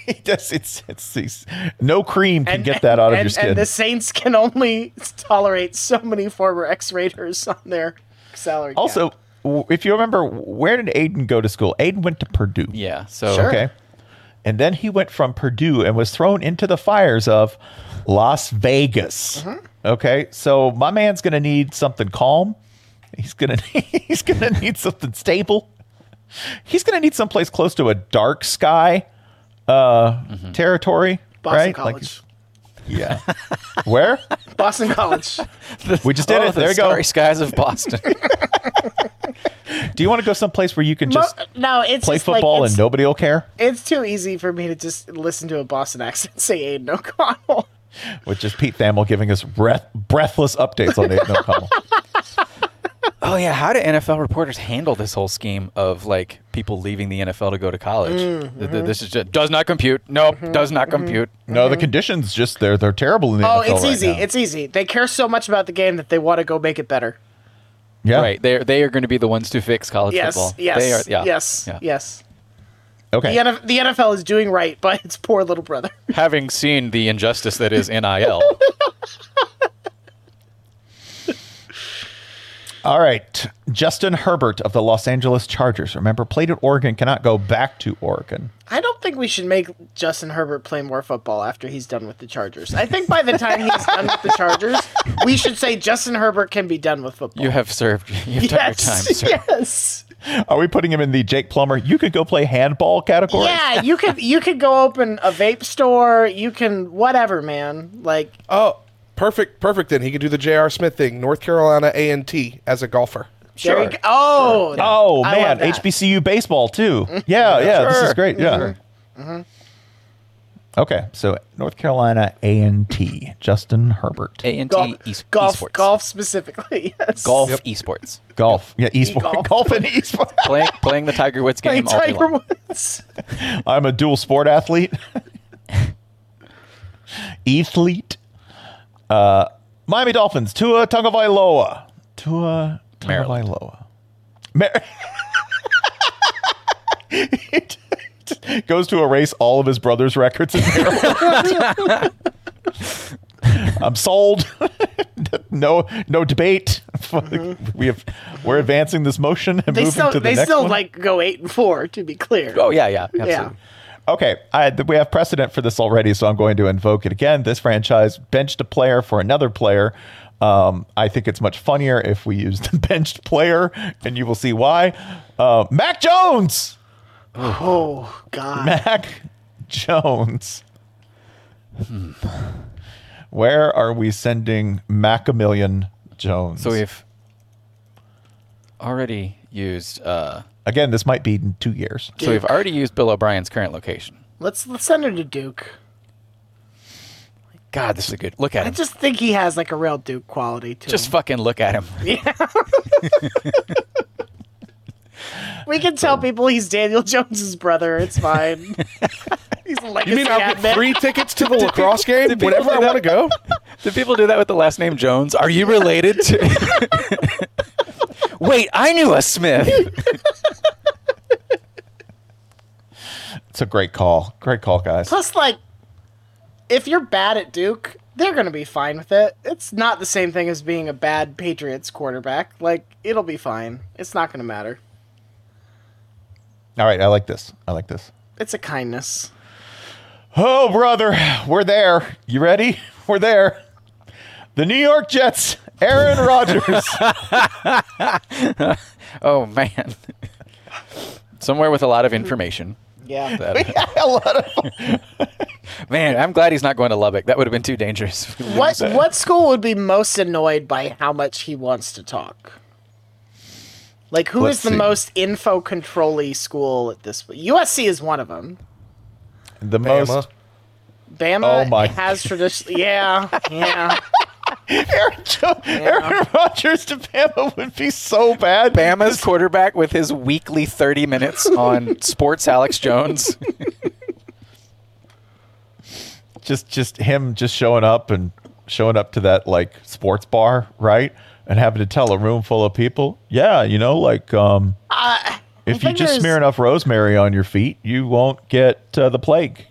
S3: He does. It's, it's, it's no cream can get that out of
S1: and,
S3: your skin.
S1: And the Saints can only *laughs* tolerate so many former ex Raiders on their salary. cap.
S3: Also, w- if you remember, where did Aiden go to school? Aiden went to Purdue.
S2: Yeah. So
S3: okay. And then he went from Purdue and was thrown into the fires of Las Vegas.
S1: Mm-hmm.
S3: Okay, so my man's gonna need something calm. He's gonna *laughs* he's gonna need something stable. He's gonna need someplace close to a dark sky uh, territory,
S1: Mm-hmm. Boston
S3: right?
S1: College.
S3: yeah, where?
S1: Boston *laughs* College.
S3: we just did
S2: Oh,
S3: it.
S2: *laughs*
S3: There
S2: the
S3: we go.
S2: starry skies of Boston.
S3: Do you want to go someplace where you can
S1: Mo-
S3: just
S1: no, it's
S3: play
S1: just like
S3: football
S1: it's-
S3: and nobody will care?
S1: It's too easy for me to just listen to a Boston accent say Aiden O'Connell.
S3: Which is Pete Thamel giving us breath, breathless updates on Nathan
S1: *laughs*
S3: O'Connell.
S2: *laughs* oh yeah, how do NFL reporters handle this whole scheme of like people leaving the NFL to go to college?
S1: Mm,
S2: Th- th-
S1: mhm.
S2: This is just does not compute. Nope, does not
S1: mhm.
S2: compute.
S3: No, the conditions just they're they're terrible in the
S1: Oh,
S3: NFL
S1: it's
S3: right
S1: easy.
S3: now.
S1: It's easy. They care so much about the game that they want to go make it better.
S3: Yeah.
S2: Right. They they are going to be the ones to fix college
S1: yes,
S2: football.
S1: yes,
S2: They are, yeah.
S1: yes,
S2: Yeah.
S1: yes.
S3: Okay.
S1: The, NF- the NFL is doing right by its poor little brother.
S2: Having seen the injustice that is
S1: *laughs*
S2: NIL.
S3: All right. Justin Herbert of the Los Angeles Chargers. Remember, played at Oregon, cannot go back to Oregon.
S1: I don't think we should make Justin Herbert play more football after he's done with the Chargers. I think by the
S2: *laughs*
S1: time he's done with the Chargers, we should say Justin Herbert can be done with football.
S2: you have served. You've done your time,
S1: yes,
S2: sir.
S1: yes.
S3: Are we putting him in the Jake Plummer? You could go play handball category.
S1: Yeah, you could you could go open a vape store. You can whatever, man. Like
S4: Oh, perfect, perfect. Then he could do the J.R. Smith thing, North Carolina A and T as a golfer.
S1: there you go. Oh,
S3: Oh
S1: I
S3: man,
S1: love that. Mm-hmm.
S3: HBCU baseball too. Yeah, yeah. This is
S1: Sure.
S3: great. Yeah. Mm-hmm.
S1: Mhm. Mhm.
S3: Okay, so North Carolina A and T, Justin Herbert,
S2: A and
S1: Golf,
S2: T esports.
S1: golf, golf specifically. *laughs* Yes.
S2: Golf esports.
S3: golf, yeah, esports, *laughs*
S1: E-golf.
S3: golf. and esports.
S2: Playing playing the Tiger Woods
S1: Play
S2: game all day
S1: Tiger
S2: long.
S1: Woods.
S3: *laughs* I'm a dual sport athlete. *laughs* Athlete. Uh, Miami Dolphins, Tua Tagovailoa. Tua Tagovailoa. Mar- *laughs* goes to erase all of his brother's records in Maryland. *laughs* I'm sold. *laughs* no, no debate. *laughs* We have we're advancing this motion and
S1: They
S3: moving
S1: still
S3: to the
S1: they
S3: next
S1: still
S3: one.
S1: like go eight and four to be clear.
S2: Oh yeah, yeah, absolutely.
S1: yeah.
S3: Okay, I, th- we have precedent for this already, so I'm going to invoke it again. This franchise benched a player for another player. Um, I think it's much funnier if we use the *laughs* benched player, and you will see why. Uh, Mac Jones! *laughs*
S1: Oh God.
S3: Mac Jones. Hmm. Where are we sending Macamillion Jones?
S2: So we've already used. Uh,
S3: Again, this might be in two years.
S2: so we've already used Bill O'Brien's current location.
S1: Let's let's send her to Duke.
S2: God, this is a good. Look at
S1: I
S2: him.
S1: just think he has like a real Duke quality to
S2: Just
S1: him.
S2: fucking look at
S1: *laughs*
S2: him.
S1: we can tell people he's Daniel *laughs* Jones's brother. It's fine. he's a legacy
S4: You mean I'll
S1: admin.
S4: get *laughs* three tickets to the lacrosse game
S2: people
S4: whenever *laughs*
S2: do
S4: I
S2: that?
S4: want to go?
S2: Do people do that with the last name Jones? Are you related
S1: *laughs*
S2: to? *laughs* Wait, I knew a Smith.
S3: It's a great call. Great call, guys.
S1: Plus, like, if you're bad at Duke, they're gonna be fine with it. It's not the same thing as being a bad Patriots quarterback. Like, it'll be fine. It's not gonna matter.
S3: All right, I like this. I like this.
S1: It's a kindness.
S3: Oh, brother, we're there. You ready? We're there. The New York Jets, Aaron *laughs* Rodgers.
S2: Oh man. *laughs* Somewhere with a lot of information.
S1: Yeah.
S2: That,
S3: a lot of
S2: man, I'm glad he's not going to Lubbock. That would have been too dangerous. *laughs*
S1: What what school would be most annoyed by how much he wants to talk? Like, who is
S3: Let's
S1: the
S3: see.
S1: most info controlly school at this? USC is one of them.
S3: the
S4: Bama.
S3: most. Oh
S1: Bama
S3: my-
S1: has tradition. Yeah, yeah.
S3: Aaron, Jo- Aaron Rodgers to Bama would be so bad.
S2: Bama's quarterback with his weekly 30 minutes on
S1: *laughs*
S2: sports Alex Jones.
S3: Just, just him, just showing up and showing up to that like sports bar, right? And having to tell a room full of people, yeah, you know, like um, *laughs* if you just
S1: think there's-
S3: smear enough rosemary on your feet, you won't get uh, the
S1: *laughs*
S3: plague.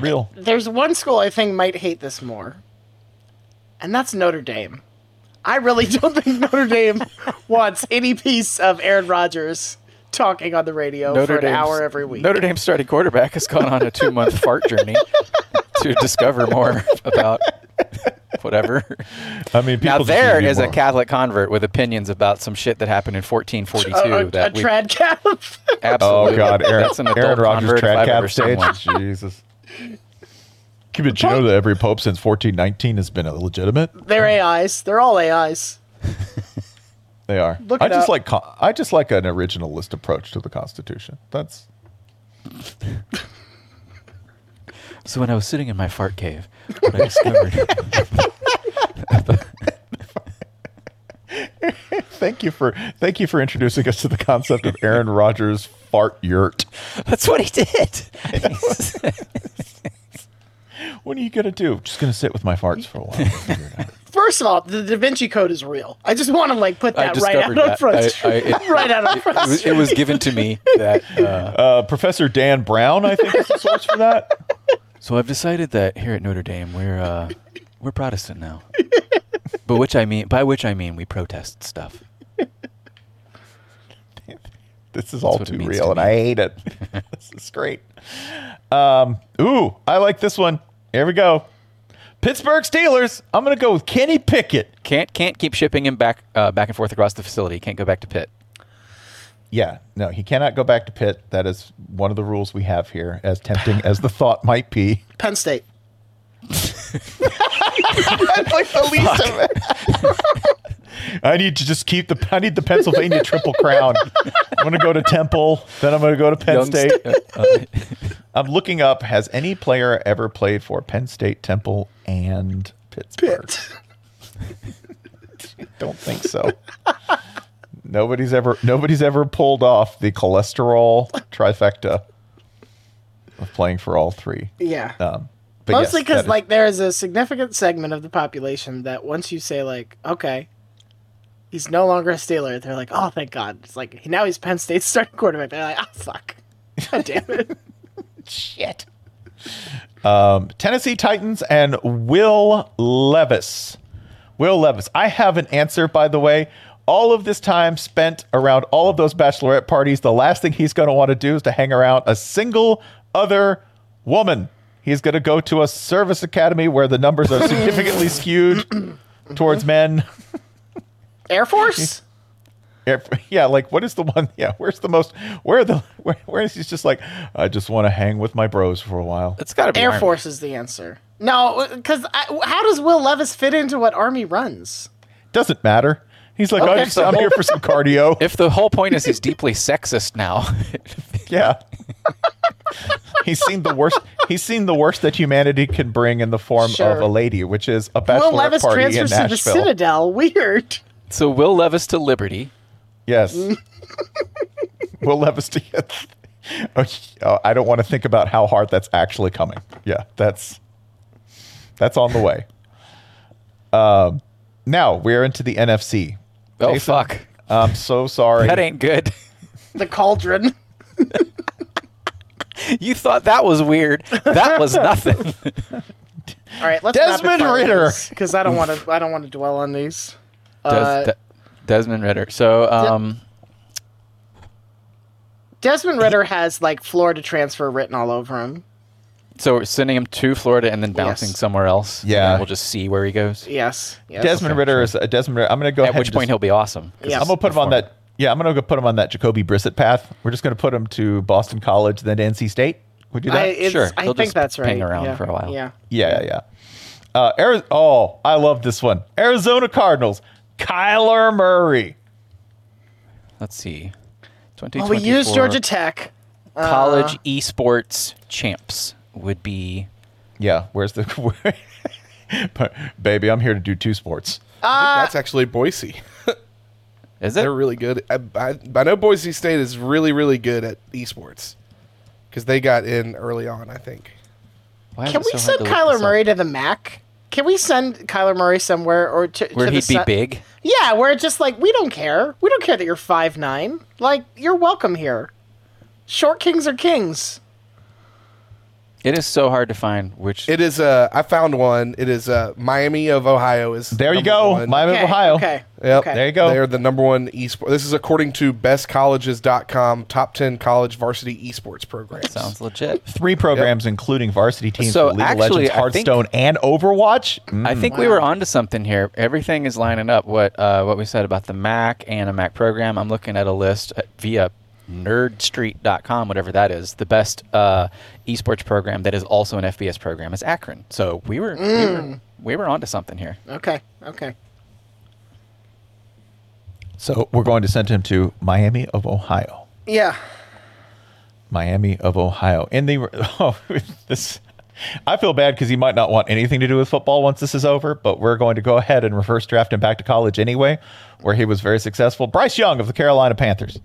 S3: Real.
S1: There's one school I think might hate this more, and that's Notre Dame. *laughs* I really don't think Notre Dame wants any piece of Aaron Rodgers talking on the radio for an hour every week.
S2: Notre Dame's starting quarterback has gone on a two
S1: *laughs*
S2: month fart journey to discover more about whatever.
S3: I mean,
S2: now
S3: people just
S2: there
S3: need to be
S2: is a
S3: moral.
S2: Catholic convert with opinions about some shit that happened in 1442
S1: Oh, a, a,
S2: that
S1: a
S2: we
S1: trad cap. *laughs*
S2: absolutely.
S3: Oh God, Aaron,
S2: that's an adult
S3: Aaron Rodgers
S2: convert if
S3: trad
S2: I've
S3: cap
S2: ever seen one.
S3: stage. Jesus. Keep it, you know that every pope since 1419 has been illegitimate.
S1: They're AIs. They're all AIs.
S3: They are.
S1: Look
S3: I
S1: it
S3: just
S1: up.
S3: like co- I just like an originalist approach to the Constitution. That's
S2: So when I was sitting in my fart cave, what I discovered.
S3: thank you for thank you for introducing us to the concept of *laughs* Aaron Rodgers fart yurt.
S2: *laughs* That's what he *laughs* did.
S3: what are you gonna do? Just gonna sit with my farts for a *laughs* while.
S1: First of all, the Da Vinci Code is real. I just want to like put
S2: I
S1: that right out
S2: discovered
S1: on
S2: that.
S1: front.
S2: I- I- it-
S1: *laughs* right out on
S2: it, it
S1: front.
S2: was, it was given to me that uh,
S3: Uh, Professor Dan Brown, I think, is the source for that.
S2: So I've decided that here at Notre Dame we're uh, we're Protestant now. but which I mean by which I mean we protest stuff.
S3: This is
S2: That's
S3: all
S2: what it
S3: too
S2: means
S3: real,
S2: to
S3: and
S2: me.
S3: I
S2: *laughs*
S3: hate it. *laughs* this is great. Um, ooh, I like this one. Here we go. Pittsburgh Steelers. I'm gonna go with Kenny Pickett.
S2: Can't can't keep shipping him back uh, back and forth across the facility. Can't go back to Pitt.
S3: Yeah, no, he cannot go back to Pitt. That is one of the rules we have here, as tempting as the thought might be.
S1: Penn State.
S3: That's like the least of it. *laughs* I need to just keep the. I need the Pennsylvania Triple Crown. I'm gonna go to Temple, then I'm gonna go to Penn
S2: Young
S3: State.
S2: st- uh, uh,
S3: I'm looking up. Has any player ever played for Penn State, Temple, and Pittsburgh? Don't think so. nobody's ever. Nobody's ever pulled off the cholesterol trifecta of playing for all three.
S1: *laughs* Yeah.
S3: Um, but yes,
S1: Mostly 'cause Mostly because
S3: that is-
S1: like there is a significant segment of the population that once you say like, okay, he's no longer a Steeler, they're like, oh thank God. It's like now he's Penn State's *laughs* starting quarterback. They're like, ah fuck. God damn
S3: *laughs*
S1: it.
S3: Shit. Um, Tennessee Titans and Will Levis. Will Levis. I have an answer, by the way. All of this time spent around all of those bachelorette parties, the last thing he's going to want to do is to hang around a single other woman. He's going to go to a service academy where the numbers are significantly skewed towards men.
S1: Air Force?
S3: Yeah, f- yeah, like what is the one? Yeah, where's the most? Where are the? Where, where is he's just like? I just want to hang with my bros for a while.
S2: it's got to be
S1: Air
S2: Army.
S1: Force is the answer. No, because how does Will Levis fit into what Army runs?
S3: Doesn't matter. He's like,
S2: Okay,
S3: I'm, just,
S2: so-
S3: I'm here for some
S1: *laughs*
S3: cardio.
S2: If the whole point is he's deeply sexist now, *laughs*
S3: yeah. *laughs* he's seen the worst. He's seen the worst that humanity can bring in the form
S1: Sure.
S3: of a lady, which is a
S1: Will
S3: bachelorette
S1: Levis
S3: party in
S1: transfers to the
S3: Nashville.
S1: Citadel. *laughs* Weird.
S2: so Will Levis to Liberty.
S3: Yes.
S1: Mm.
S3: *laughs* Will Levis. To, *laughs* oh, oh, I don't want to think about how hard that's actually coming. Yeah, that's that's on the way. Um, now we're into the NFC.
S2: Oh
S3: Jason,
S2: fuck,
S3: I'm so sorry.
S2: that ain't good. *laughs*
S1: The cauldron.
S2: You thought that was weird. That was nothing.
S1: All right, let's
S3: Desmond
S1: *laughs*
S3: Ritter.
S1: because I don't want to. I don't want to dwell on these. Uh,
S2: Des- De- Desmond Ritter. So um,
S1: Desmond Ritter has like Florida transfer written all over him.
S2: so we're sending him to Florida and then bouncing
S1: Yes.
S2: somewhere else. and
S3: Yeah.
S2: then we'll just see where he goes.
S1: Yes. yes.
S3: Desmond Ritter is uh, Desmond. Ritter. I'm going to go
S2: At
S3: ahead
S2: which
S3: and
S2: point
S3: just-
S2: he'll be awesome. 'cause
S1: Yeah.
S2: he's
S3: I'm gonna put him on
S2: performing.
S3: that. Yeah, I'm gonna go put him on that Jacoby Brissett path. We're just gonna put him to Boston College, then to NC State. We do that.
S1: I, it's,
S2: Sure,
S1: I
S2: he'll
S1: think
S2: just
S1: that's right.
S2: ping around
S1: yeah.
S2: for a while.
S1: Yeah.
S3: yeah, yeah, yeah. Uh, Ari- oh, I love this one. Arizona Cardinals. Kyler Murray.
S2: Let's see.
S1: Well, Oh, we use
S2: 2024
S1: Georgia Tech. Uh.
S2: college esports champs would be
S3: Yeah, where's the? *laughs* But, Baby, I'm here to do two sports.
S4: that's actually Boise.
S2: is it
S4: They're really good. I, I, I know Boise State is really, really good at esports because they got in early on. I think.
S2: Why is
S1: Can
S2: it
S1: we
S2: so hard
S1: send
S2: to look this
S1: Kyler
S2: up?
S1: Murray to the MAC? Can we send Kyler Murray somewhere or to
S2: where
S1: to
S2: he'd
S1: the
S2: be
S1: sun-
S2: big?
S1: Yeah, where it's just like we don't care. We don't care that you're five nine. Like you're welcome here. Short kings are kings.
S2: It is so hard to find which.
S4: It is. Uh, I found one. It is uh, Miami of Ohio. Is
S3: there? You
S4: number
S3: go,
S4: one.
S3: Miami of Ohio.
S4: Yep.
S3: There you go.
S4: They're the number one esports. This is according to bestcolleges.com, top 10 college varsity esports programs.
S2: Sounds legit.
S3: Three programs, including varsity teams
S2: So
S3: for League
S2: actually,
S3: of Legends,
S2: I think-
S3: Hearthstone, and Overwatch. Mm.
S2: I think
S1: Hmm.
S2: we were onto something here. Everything is lining up. What uh, what we said about the Mac and a Mac program. I'm looking at a list at- via nerdstreet.com, whatever that is. The best uh, esports program that is also an FBS program is Akron. So we were we were,
S1: Mm.
S2: we were onto something here.
S1: Okay. Okay.
S3: So we're going to send him to Miami of Ohio.
S1: Yeah.
S3: Miami of Ohio. In the *laughs* oh, this, I feel bad because he might not want anything to do with football once this is over. But we're going to go ahead and reverse draft him back to college anyway, where he was very successful. Bryce Young of the Carolina Panthers.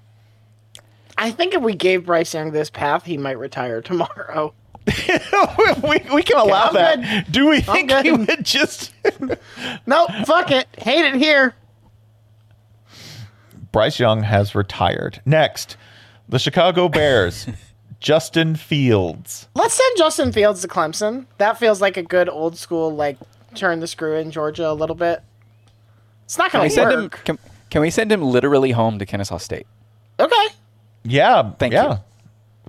S3: *laughs*
S1: I think if we gave Bryce Young this path, he might retire *laughs* tomorrow.
S3: we, we can allow that. Do we think he would just? *laughs*
S1: no, fuck it. Hate it here.
S3: Bryce Young has retired. Next, the Chicago Bears. Justin Fields.
S1: Let's send Justin Fields to Clemson. That feels like a good old school, like turn the screw in Georgia a little bit. It's not
S2: Can we
S1: going to
S2: send
S1: work.
S2: him? Can, can we send him literally home to Kennesaw State?
S1: Okay.
S3: Yeah. Thank yeah. you.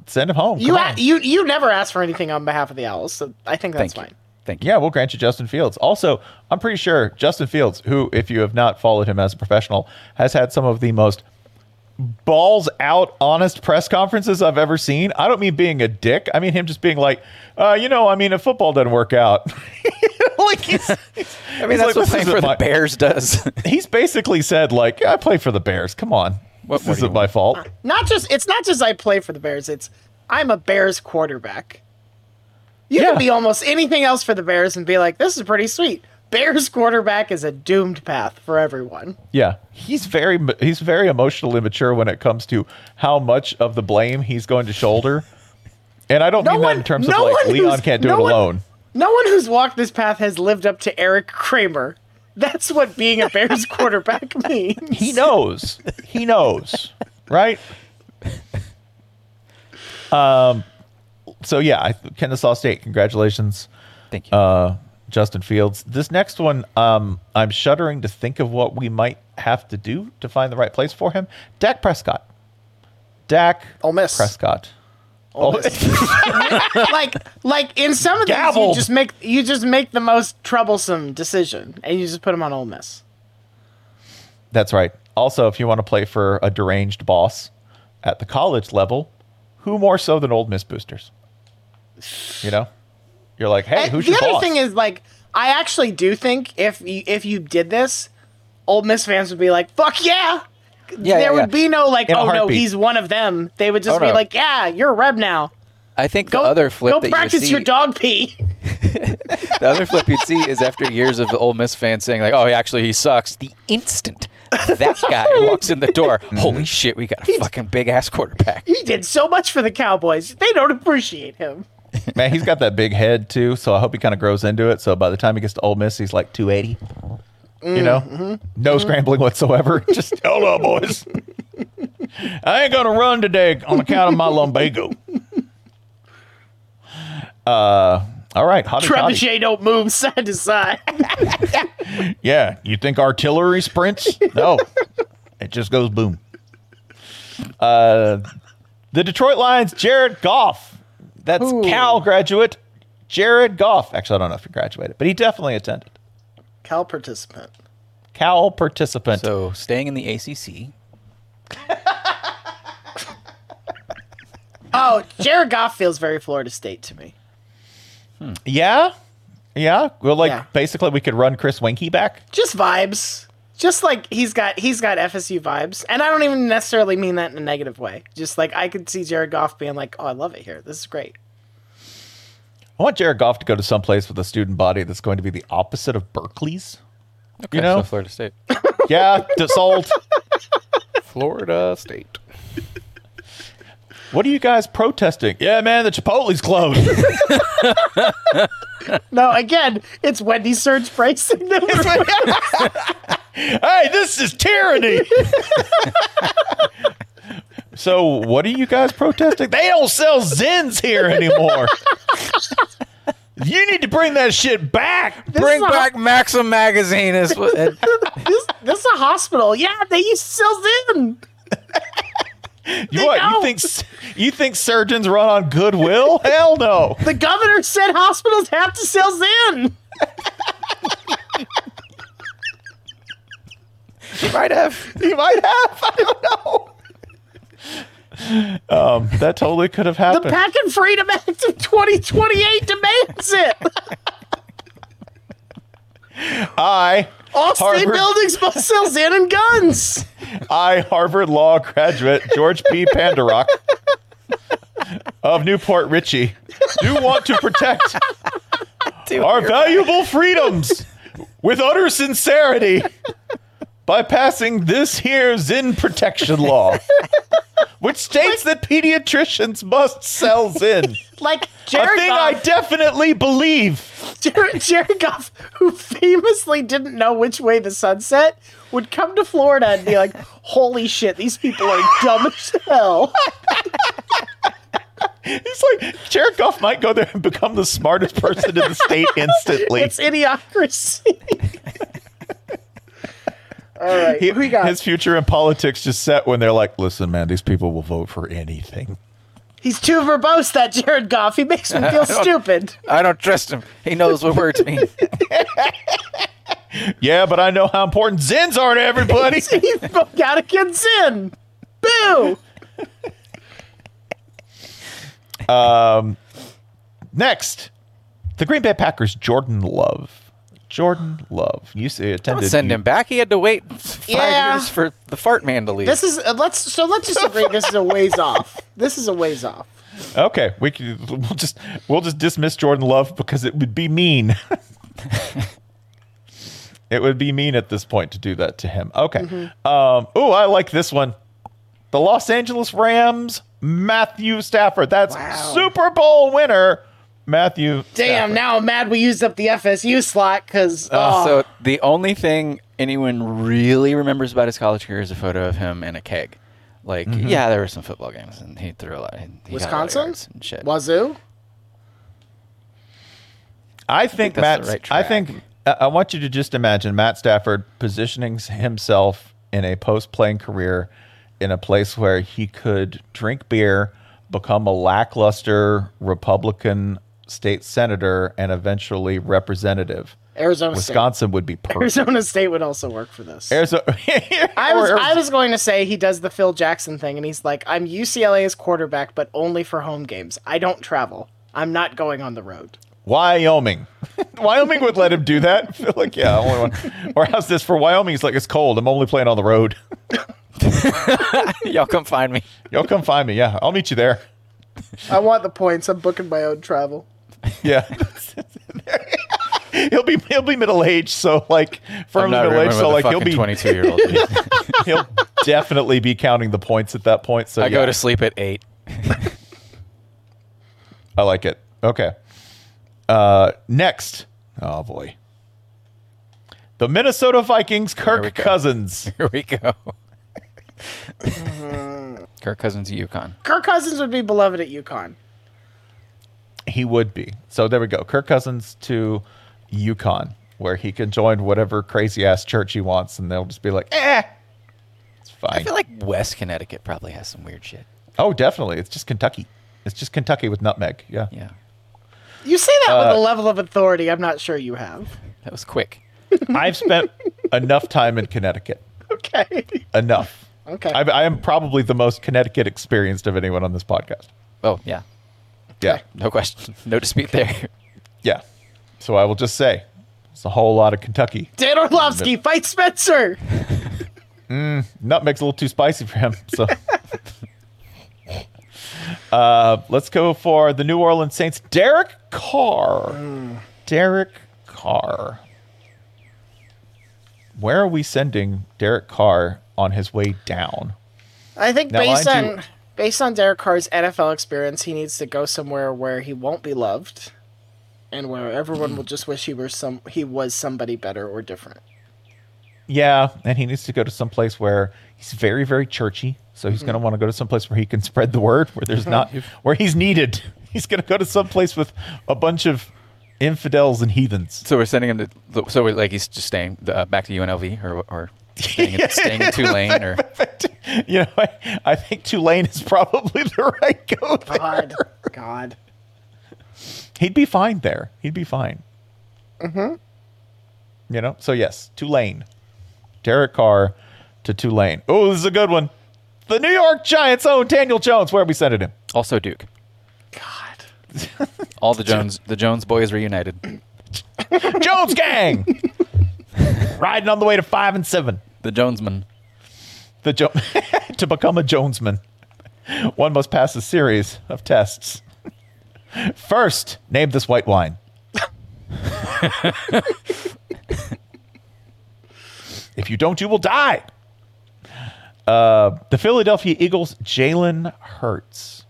S3: Send him home.
S1: You
S3: Come
S1: a-
S3: on.
S1: you you never asked for anything on behalf of the Owls, so I think that's fine.
S2: Thank
S3: you. Yeah, we'll grant you Justin Fields. Also, I'm pretty sure Justin Fields, who, if you have not followed him as a professional, has had some of the most balls out, honest press conferences I've ever seen. I don't mean being a dick. I mean him just being like, uh, you know, I mean, if football doesn't work out, *laughs* like
S2: *laughs*
S3: he's,
S2: I mean, that's what playing for the Bears does. *laughs*
S3: he's basically said like, yeah, I play for the Bears. Come on,
S2: What more
S3: this
S2: do you
S3: isn't my fault.
S1: Not just it's not just I play for the Bears. It's I'm a Bears quarterback. You can be almost anything else for the Bears and be like, this is pretty sweet. Bears quarterback is a doomed path for everyone.
S3: Yeah, he's very he's very emotional immature when it comes to how much of the blame he's going to shoulder. And I don't mean that in terms
S1: no
S3: of like
S1: one
S3: Leon
S1: who's-
S3: can't do it
S1: no one-
S3: alone.
S1: No one who's walked this path has lived up to Eric Kramer. That's what being a Bears *laughs* quarterback means. *laughs*
S3: He knows. He knows, right? Um. So yeah, I, Kennesaw State. Congratulations.
S2: Thank
S3: you, uh, Justin Fields. This next one, um, I'm shuddering to think of what we might have to do to find the right place for him. Dak Prescott. Dak.
S1: Ole Miss.
S3: Prescott.
S1: Ole
S3: Ole-
S1: like like in some of these you
S3: Gabbled.
S1: just make you just make the most troublesome decision and you just put him on Ole Miss.
S3: That's right. Also, if you want to play for a deranged boss at the college level, who more so than old Miss boosters? You know, you're like, hey,
S1: And
S3: who's
S1: the
S3: your
S1: other
S3: boss?
S1: thing is like I actually do think if you, if you did this, Ole Miss fans would be like, "Fuck yeah!"
S2: Yeah,
S1: there
S2: yeah,
S1: would
S2: yeah.
S1: be no like,
S2: In a
S1: "Oh no,
S2: heartbeat.
S1: he's one of them." They would just
S2: Oh,
S1: be
S2: no.
S1: like, "Yeah, you're a reb now.
S2: I think the other flip
S1: Go
S2: that
S1: practice
S2: you see,
S1: your dog pee."
S2: the other flip you'd see is after years of the Ole Miss fans saying like, "Oh, he actually, he sucks." The instant that
S1: *laughs*
S2: guy walks in the door, holy shit, we got a fucking big ass quarterback.
S1: He did so much for the Cowboys. They don't appreciate him.
S3: Man, he's got that big head too, so I hope he kind of grows into it. So by the time he gets to Ole Miss, he's like 280. You know,
S1: Mm-hmm.
S3: no scrambling whatsoever. *laughs* Just hold on, boys. I ain't gonna run today on account of my lumbago. Uh, all right, hotty toddy.
S1: Trebuchet don't move *laughs* side to side.
S3: Yeah, you think artillery sprints? No, it just goes boom. Uh, the Detroit Lions, Jared Goff. That's Cal graduate, Jared Goff. Actually, I don't know if he graduated, but he definitely attended.
S1: Cal participant.
S3: Cal participant.
S2: So staying in the ACC,
S1: Oh, Jared Goff feels very Florida State to me.
S3: Yeah, yeah. Well, like basically, we could run Chris Winkie back.
S1: Just vibes. Just like he's got he's got FSU vibes, and I don't even necessarily mean that in a negative way. Just like I could see Jared Goff being like, "Oh, I love it here. This is great."
S3: I want Jared Goff to go to someplace with a student body that's going to be the opposite of Berkeley's. you know,
S2: so Florida State.
S3: *laughs* yeah, DeSalt.
S4: Florida State.
S3: What are you guys protesting? Yeah, man, the Chipotle's closed. *laughs*
S1: No, again, it's Wendy surge pricing. that we're-
S3: hey, this is tyranny. *laughs* So what are you guys protesting? They don't sell Zins here anymore. *laughs* you need to bring that shit back.
S2: bring back Maxim magazine. Is what, and
S1: this, this is a hospital. Yeah, they use cells in.
S3: You what? You think you think surgeons run
S2: *laughs*
S3: on goodwill? Hell no.
S1: The governor said hospitals have to sell Zin.
S2: He might have.
S3: He might have. I don't
S2: *laughs*
S3: know. Um, that totally could have
S1: The
S3: happened.
S1: Packing Freedom Act of 2028 demands it.
S3: I
S1: All state
S3: Harvard-
S1: buildings must sell Zin and guns.
S3: I, Harvard Law graduate George P. Pandarock of Newport Richie, do want to protect our valuable freedoms with utter sincerity by passing this here Zin protection law, which states that pediatricians must sell Zin.
S1: Like
S3: a
S1: Jared
S3: thing
S1: Goff,
S3: I definitely believe.
S1: Jared, Jared Goff, who famously didn't know which way the sun set, would come to Florida and be like, "Holy shit, these people are dumb as
S3: *laughs*
S1: hell."
S3: It's like Jared Goff might go there and become the smartest person in the state instantly.
S1: It's idiocracy. *laughs* All right,
S3: He-
S1: who we got?
S3: His future in politics just set when they're like, listen, man, these people will vote for anything. *laughs*
S1: He's too verbose, that Jared Goff. He makes me
S2: I
S1: feel
S2: don't-
S1: stupid. *laughs*
S2: I don't trust him. He knows what words *laughs* mean.
S3: Yeah, but I know how important Zins are to
S1: *laughs*
S3: everybody.
S1: he broke out against Zin. Boo!
S3: um, next, the Green Bay Packers, Jordan Love. Jordan Love. You see,
S2: Don't
S3: attended.
S2: send him back. He had to wait five
S1: Yeah.
S2: years for the fart man to leave.
S1: This is uh, let's so let's just agree this is a ways off. This is a ways off.
S3: Okay, we can, we'll just we'll just dismiss Jordan Love because it would be mean. *laughs* it would be mean at this point to do that to him. Okay. Um, oh, I like this one. The Los Angeles Rams, Matthew Stafford. That's Super Bowl winner, Matthew.
S1: Damn! Now I'm mad we used up the FSU slot because
S2: Uh,
S1: oh,
S2: So the only thing anyone really remembers about his college career is a photo of him in a keg. Like,
S1: Mhm.
S2: yeah, there were some football games, and he threw a lot. He, he got a lot of
S1: Wisconsin,
S2: yards and shit.
S1: Wazoo.
S3: I think,
S2: that's
S3: Matt.
S2: the right
S3: I think uh, I I want you to just imagine Matt Stafford positioning himself in a post-playing career in a place where he could drink beer, become a lackluster Republican state senator, and eventually representative.
S1: Arizona State.
S3: Wisconsin would be perfect.
S1: Arizona State would also work for this.
S3: Arizona. *laughs*
S1: I was I was going to say he does the Phil Jackson thing, and he's like, "I'm UCLA's quarterback, but only for home games. I don't travel. I'm not going on the road."
S3: Wyoming. *laughs* Wyoming would let him do that. *laughs* I feel like, yeah, only one. *laughs* Or how's this for Wyoming? He's like, it's cold. I'm only playing on the road. *laughs*
S2: *laughs* Y'all come find me.
S3: Y'all come find me. Yeah, I'll meet you there.
S1: I want the points. I'm booking my own travel.
S3: Yeah. *laughs* he'll be he'll be middle aged, so like
S2: I'm
S3: firmly
S2: not
S3: middle aged, so
S2: remembering
S3: like
S2: what
S3: he'll
S2: the fucking
S3: be
S2: 22-year-old *laughs*
S3: he'll definitely be counting the points at that point. So
S2: I
S3: yeah,
S2: go to sleep at eight. *laughs*
S3: I like it. Okay. Uh, next, oh boy, the Minnesota Vikings, Kirk Cousins. *laughs*
S2: Here we go. Kirk Cousins at UConn.
S1: Kirk Cousins would be beloved at UConn.
S3: He would be. So there we go. Kirk Cousins to Yukon, where he can join whatever crazy ass church he wants, and they'll just be like, eh, it's fine.
S2: I feel like West Connecticut probably has some weird shit.
S3: Oh, definitely. It's just Kentucky. It's just Kentucky with nutmeg. Yeah.
S2: Yeah.
S1: You say that
S3: Uh,
S1: with a level of authority I'm not sure you have.
S2: That was quick.
S3: I've spent enough time in Connecticut.
S1: Okay. *laughs*
S3: Enough.
S1: Okay.
S3: I, I am probably the most Connecticut experienced of anyone on this podcast.
S2: Oh yeah,
S3: Yeah.
S2: no question, *laughs* no dispute there.
S3: Yeah. So I will just say it's a whole lot of Kentucky.
S1: Dan Orlovsky, fight Spencer.
S3: Mm, nutmeg's a little too spicy for him. So uh, let's go for the New Orleans Saints. Derek Carr. Derek Carr. Where are we sending Derek Carr on his way down?
S1: I think
S3: Now,
S1: based
S3: mind
S1: on
S3: you-
S1: based on Derek Carr's NFL experience, he needs to go somewhere where he won't be loved, and where everyone will just wish he were some he was somebody better or different.
S3: Yeah, and he needs to go to some place where he's very, very churchy. So he's going to want to go to someplace where he can spread the word, where there's not, where he's needed. *laughs* He's going to go to someplace with a bunch of infidels and heathens. *laughs*
S2: So we're sending him to. So we're like he's just staying uh, back to UNLV or or staying, *laughs* in, staying in Tulane *laughs* or
S3: You know, I, I think Tulane is probably *laughs* the right go.
S1: God, God.
S3: He'd be fine there. He'd be fine.
S1: Mm-hmm.
S3: You know. So yes, Tulane. Derek Carr to Tulane. Oh, this is a good one. The New York Giants own Daniel Jones. Where are we sending him?
S2: Also Duke. God. All the Jones the Jones boys reunited.
S3: Jones gang riding on the way to five and seven.
S2: The Jonesman.
S3: The jo- *laughs* to become a Jonesman, one must pass a series of tests. First, name this white wine. *laughs* if you don't, you will die. Uh, the Philadelphia Eagles, Jalen Hurts.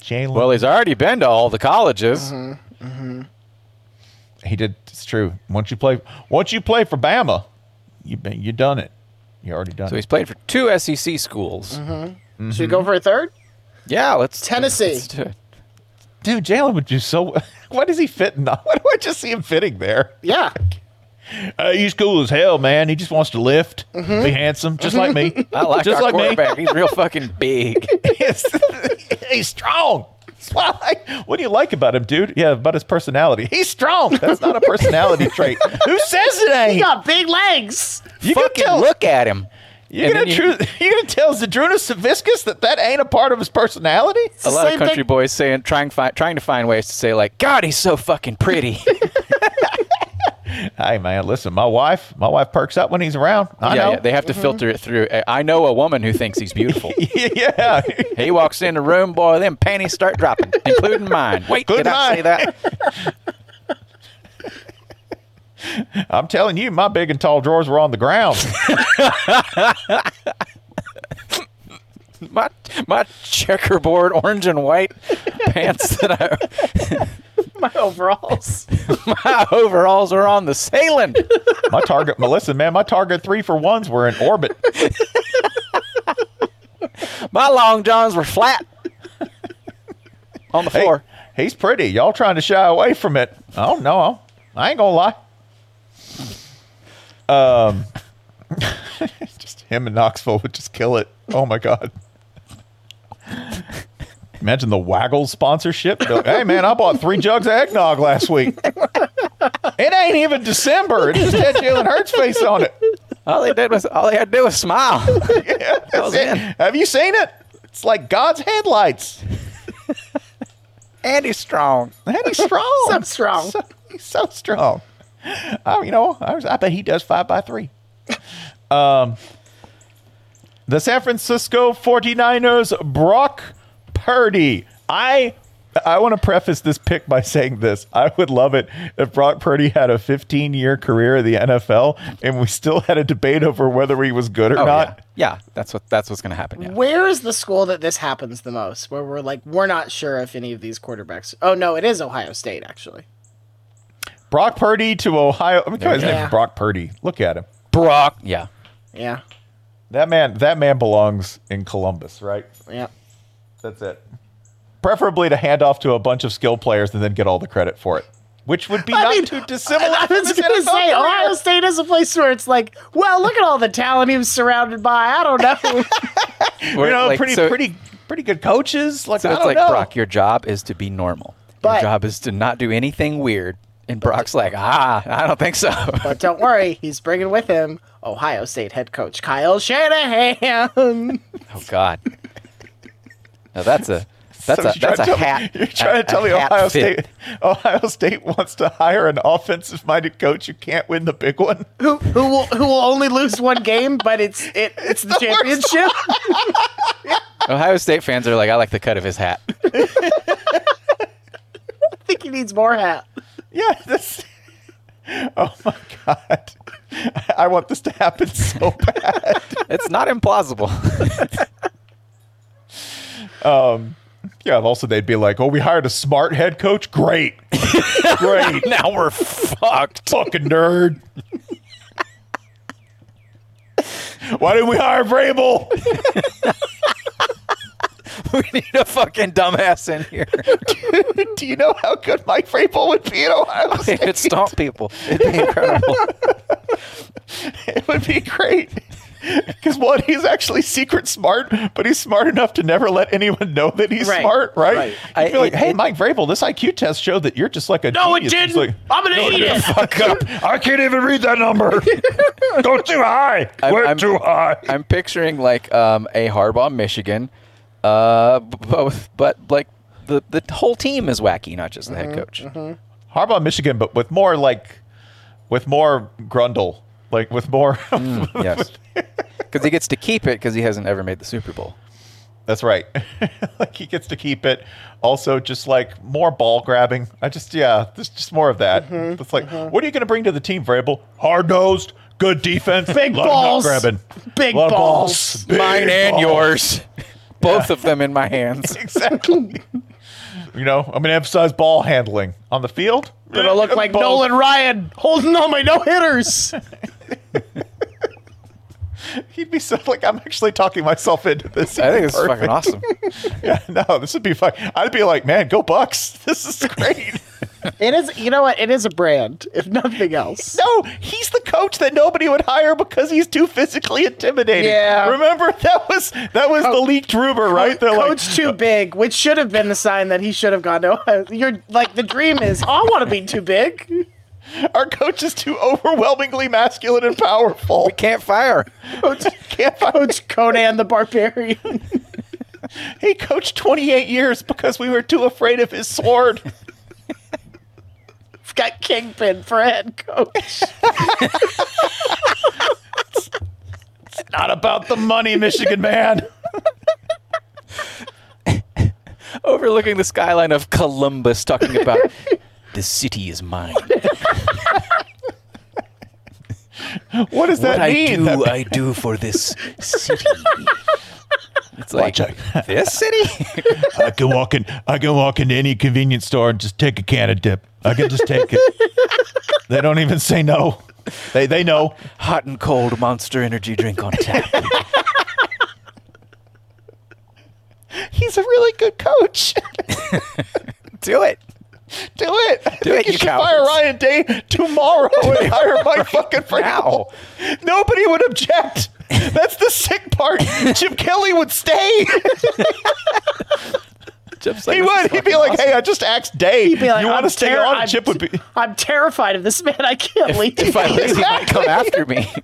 S3: Jalen.
S2: Well, he's already been to all the colleges.
S3: he did. It's true. Once you play, once you play for Bama, you been- you done it. You already done.
S2: So
S3: it.
S2: he's played for two SEC schools.
S1: Mm-hmm. Should we go for a third?
S2: Yeah, let's
S1: Tennessee.
S2: let's do it.
S3: Dude, Jalen would do so. *laughs* Why does he fit? In, *laughs* why do I just see him fitting there?
S1: Yeah.
S3: Uh, he's cool as hell, man. He just wants to lift, be handsome, just like me.
S2: I like
S3: just
S2: our
S3: like me.
S2: quarterback. He's real fucking big.
S3: *laughs* Yes. *laughs* he's strong. That's why I like- What do you like about him, dude? Yeah, about his personality. He's strong. That's not a *laughs* personality trait. Who says it
S1: He
S3: ain't?
S1: got big legs.
S3: You
S2: fucking look at him.
S3: You're
S2: And
S3: gonna,
S2: then
S3: tru- *laughs* you're gonna tell Zadrunas Saviscus that that ain't a part of his personality?
S2: A lot of
S1: Same
S2: country
S1: thing-
S2: boys saying trying fi- trying to find ways to say like, God, he's so fucking pretty.
S3: Hey man, listen, my wife, my wife perks up when he's around. *laughs*
S2: yeah,
S3: I know. Mm-hmm.
S2: yeah, they have to filter it through. I- I know a woman who thinks he's beautiful.
S3: *laughs* yeah,
S2: he walks in the room, boy, them panties start dropping, including
S3: *laughs*
S2: mine. Wait,
S3: Including
S2: did I say
S3: mine.
S2: that?
S3: I'm telling you, my big and tall drawers were on the ground.
S2: My my checkerboard orange and
S3: *laughs*
S2: white pants that I
S1: *laughs* My overalls.
S2: my overalls are on the ceiling.
S3: my target, *laughs* Melissa, man, my target three for ones were in orbit.
S2: My long johns were
S3: *laughs*
S2: flat on the
S3: Hey,
S2: floor.
S3: he's pretty. Y'all trying to shy away from it. I don't know. I ain't gonna lie. Um, *laughs* just him and Knoxville would just kill it. Oh my god. Imagine the Waggles sponsorship. They're like, hey man, I bought three jugs of eggnog last week. It ain't even December. It just had Jalen Hurts face on it.
S2: All they did was all they had to do was smile. That was it.
S3: Have you seen it? It's like God's headlights.
S2: *laughs* And he's strong.
S3: And he's strong.
S1: *laughs* So strong.
S3: So- he's so strong. I, you know, I, was- I bet he does five by three. Um, the San Francisco 49ers, Brock Purdy. I I want to preface this pick by saying this. I would love it if Brock Purdy had a 15 year career in the NFL and we still had a debate over whether he was good or
S2: Oh,
S3: not.
S2: Yeah. yeah, that's what that's what's gonna happen. Yeah.
S1: Where is the school that this happens the most? Where we're like, we're not sure if any of these quarterbacks. Oh no, it is Ohio State actually.
S3: Brock Purdy to Ohio. I mean, his
S1: go.
S3: name is Brock Purdy. Look at him.
S2: Brock. Yeah.
S1: Yeah,
S3: That man. That man belongs in Columbus, right?
S1: yeah.
S3: That's it. Preferably to hand off to a bunch of skill players and then get all the credit for it, which would be not
S1: mean,
S3: too dissimilar.
S1: I
S3: from
S1: was
S3: his
S1: gonna
S3: NFL
S1: say
S3: career.
S1: Ohio State is a place where it's like, well, look at all the talent he was surrounded by. I don't *laughs* know.
S3: You know,
S2: Like,
S3: pretty,
S2: so-
S3: pretty, pretty good coaches. Like
S2: So
S3: I
S2: it's
S3: don't
S2: like
S3: know.
S2: Brock, your job is to be normal.
S1: But-
S2: your job is to not do anything weird. And Brock's like, ah, I don't think so. *laughs*
S1: but don't worry, he's bringing with him Ohio State head coach Kyle Shanahan.
S2: oh God. Now that's
S3: *laughs*
S2: a
S3: So
S2: that's a
S3: you're
S2: that's a
S3: trying to tell me-
S2: hat.
S3: *laughs* You're trying
S2: a-
S3: to tell
S2: a
S3: me
S2: hat
S3: Ohio
S2: fit.
S3: State, Ohio State wants to hire an offensive-minded coach who can't win the big one.
S1: who who will who will only lose one game, but it's it, it's, *laughs* the, championship.
S2: Ohio State fans are like, I like the cut of his hat.
S1: *laughs* I think he needs more hat.
S3: Yeah, this. *laughs* Oh my god! I- I want this to happen so bad.
S2: It's not
S3: *laughs*
S2: implausible.
S3: Um, yeah, and also they'd be like, "Oh, we hired a smart head coach.
S2: *laughs*
S3: Great, great,
S2: now we're fucked.
S3: fucking nerd." Why didn't we hire Vrabel?
S2: *laughs* we need a fucking dumbass in
S3: *laughs*
S2: here.
S3: *laughs* Do you know how good Mike Vrabel would be at
S2: *laughs*
S3: Ohio
S2: He
S3: State?
S2: could stomp people. It'd be incredible.
S3: *laughs* it would be great. Because one, he's actually secret smart, but he's smart enough to never let anyone know that he's
S5: Right.
S3: smart, right?
S5: Right.
S3: I
S5: I-
S3: feel like,
S5: it-
S3: hey,
S5: it-
S3: Mike Vrabel, this IQ test showed that you're just like a
S5: No, it
S3: genius. He's
S5: didn't. I'm an
S3: "No, it
S5: idiot."
S3: didn't. Fuck up! *laughs* I can't even read that number. *laughs* Go too high. We're too high.
S2: I'm picturing like um, a Harbaugh, Michigan, uh, b- both, but like the the whole team is wacky, not just the head coach.
S3: Harbaugh, Michigan, but with more like, with more grundle, like with more.
S2: *laughs*
S3: *laughs*
S2: yes. *laughs* Because he gets to keep it because he hasn't ever made the Super Bowl.
S3: That's right. *laughs* like he gets to keep it. Also, just like more ball grabbing. I just yeah, there's just more of that.
S2: Mm-hmm,
S3: It's like, what are you going to bring to the team? Variable, hard nosed, good defense,
S2: Big
S3: lot of nut
S2: balls.
S3: grabbing,
S2: Big
S3: Lot of
S2: balls. Mine and *laughs* yours. Both of them in my *laughs* hands.
S3: exactly. you know, I'm going to emphasize ball handling on the field. eh,
S1: Gonna look like Nolan Ryan holding all my no hitters.
S3: He'd be so like I'm actually talking myself into this.
S2: I think
S3: It'd
S2: this
S3: be
S2: is fucking awesome.
S3: yeah, *laughs* no, this would be fun. I'd be like, man, go Bucks. *laughs* This is great.
S1: It is, you know what? It is a brand, if nothing else.
S3: No, he's the coach that nobody would hire because he's too physically intimidating.
S1: Yeah.
S3: Remember that was that was the leaked rumor, right? They're like
S1: Coach too big, which should have been the sign that he should have gone to. Ohio. You're like the dream is. I want to be too big.
S3: our coach is too overwhelmingly masculine and powerful. We
S2: can't fire.
S3: Coach, *laughs* can't fire.
S1: Coach Conan the Barbarian. *laughs*
S3: he coached 28 years because we were too afraid of his sword.
S1: I've got Kingpin for head coach.
S3: It's *laughs* not about the money, Michigan man.
S2: Overlooking the skyline of Columbus, talking about *laughs* the city is mine.
S3: What does that
S2: what
S3: mean?
S2: I do,
S3: That-
S2: I do for this city. *laughs* It's like this city.
S3: I can walk in. I can walk into any convenience store and just take a can of dip. I can just take it. *laughs* they don't even say no. They they know.
S2: Hot and cold Monster Energy drink on tap.
S3: He's a really good coach. *laughs*
S2: do it.
S3: Do it. I
S2: Do
S3: think
S2: it,
S3: you
S2: you
S3: should fire
S2: cowards.
S3: Ryan Day tomorrow and hire Mike fucking Vrabel. Nobody would object. That's the sick part. Jim Kelly would stay.
S2: Jim's
S3: he would. He'd be like, "Hey, I just axed Day.
S1: He'd be like,
S3: you
S1: "I'm
S3: want to stay
S1: terri-
S3: on?"
S1: I'm-
S3: And Chip would be.
S1: I'm terrified of this man. I can't leave.
S2: if I leave, he might come
S1: Exactly.
S2: after *laughs* me.
S3: *laughs*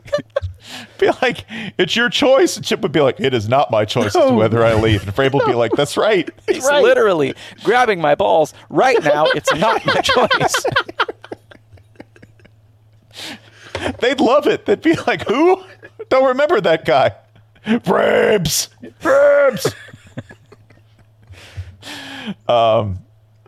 S3: be like, it's your choice. And Chip would be like, it is not my choice as to
S2: No.
S3: whether I leave. And Vrabel would be like, that's right.
S2: He's literally grabbing my balls right now. It's not *laughs* my choice.
S3: They'd love it. They'd be like, who? Don't remember that guy. Vrabes. Vrabes. *laughs* um,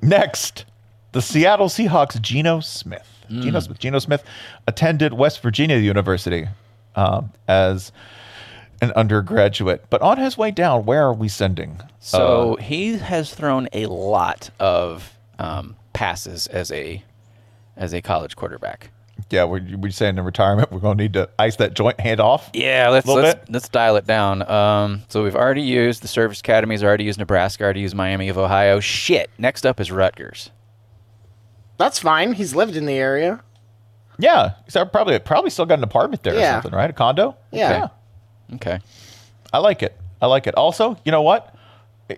S3: next, the Seattle Seahawks, Geno Smith.
S1: Mm.
S3: Geno Smith. Geno Smith attended West Virginia University um, as an undergraduate. But on his way down, where are we sending?
S2: So he has thrown a lot of um, passes as a as a college quarterback.
S3: Yeah, we're, we're saying in retirement, we're going to need to ice that joint hand off.
S2: Yeah, let's
S3: Little
S2: let's, let's dial it down. Um, so we've already used the service academies, already used Nebraska, already used Miami of Ohio. Shit. Next up is Rutgers.
S1: That's fine. He's lived in the area.
S3: Yeah, he's probably probably still got an apartment there
S1: Yeah.
S3: or something, right? A condo.
S1: Yeah.
S2: Okay.
S3: I like it. I like it. Also, you know what?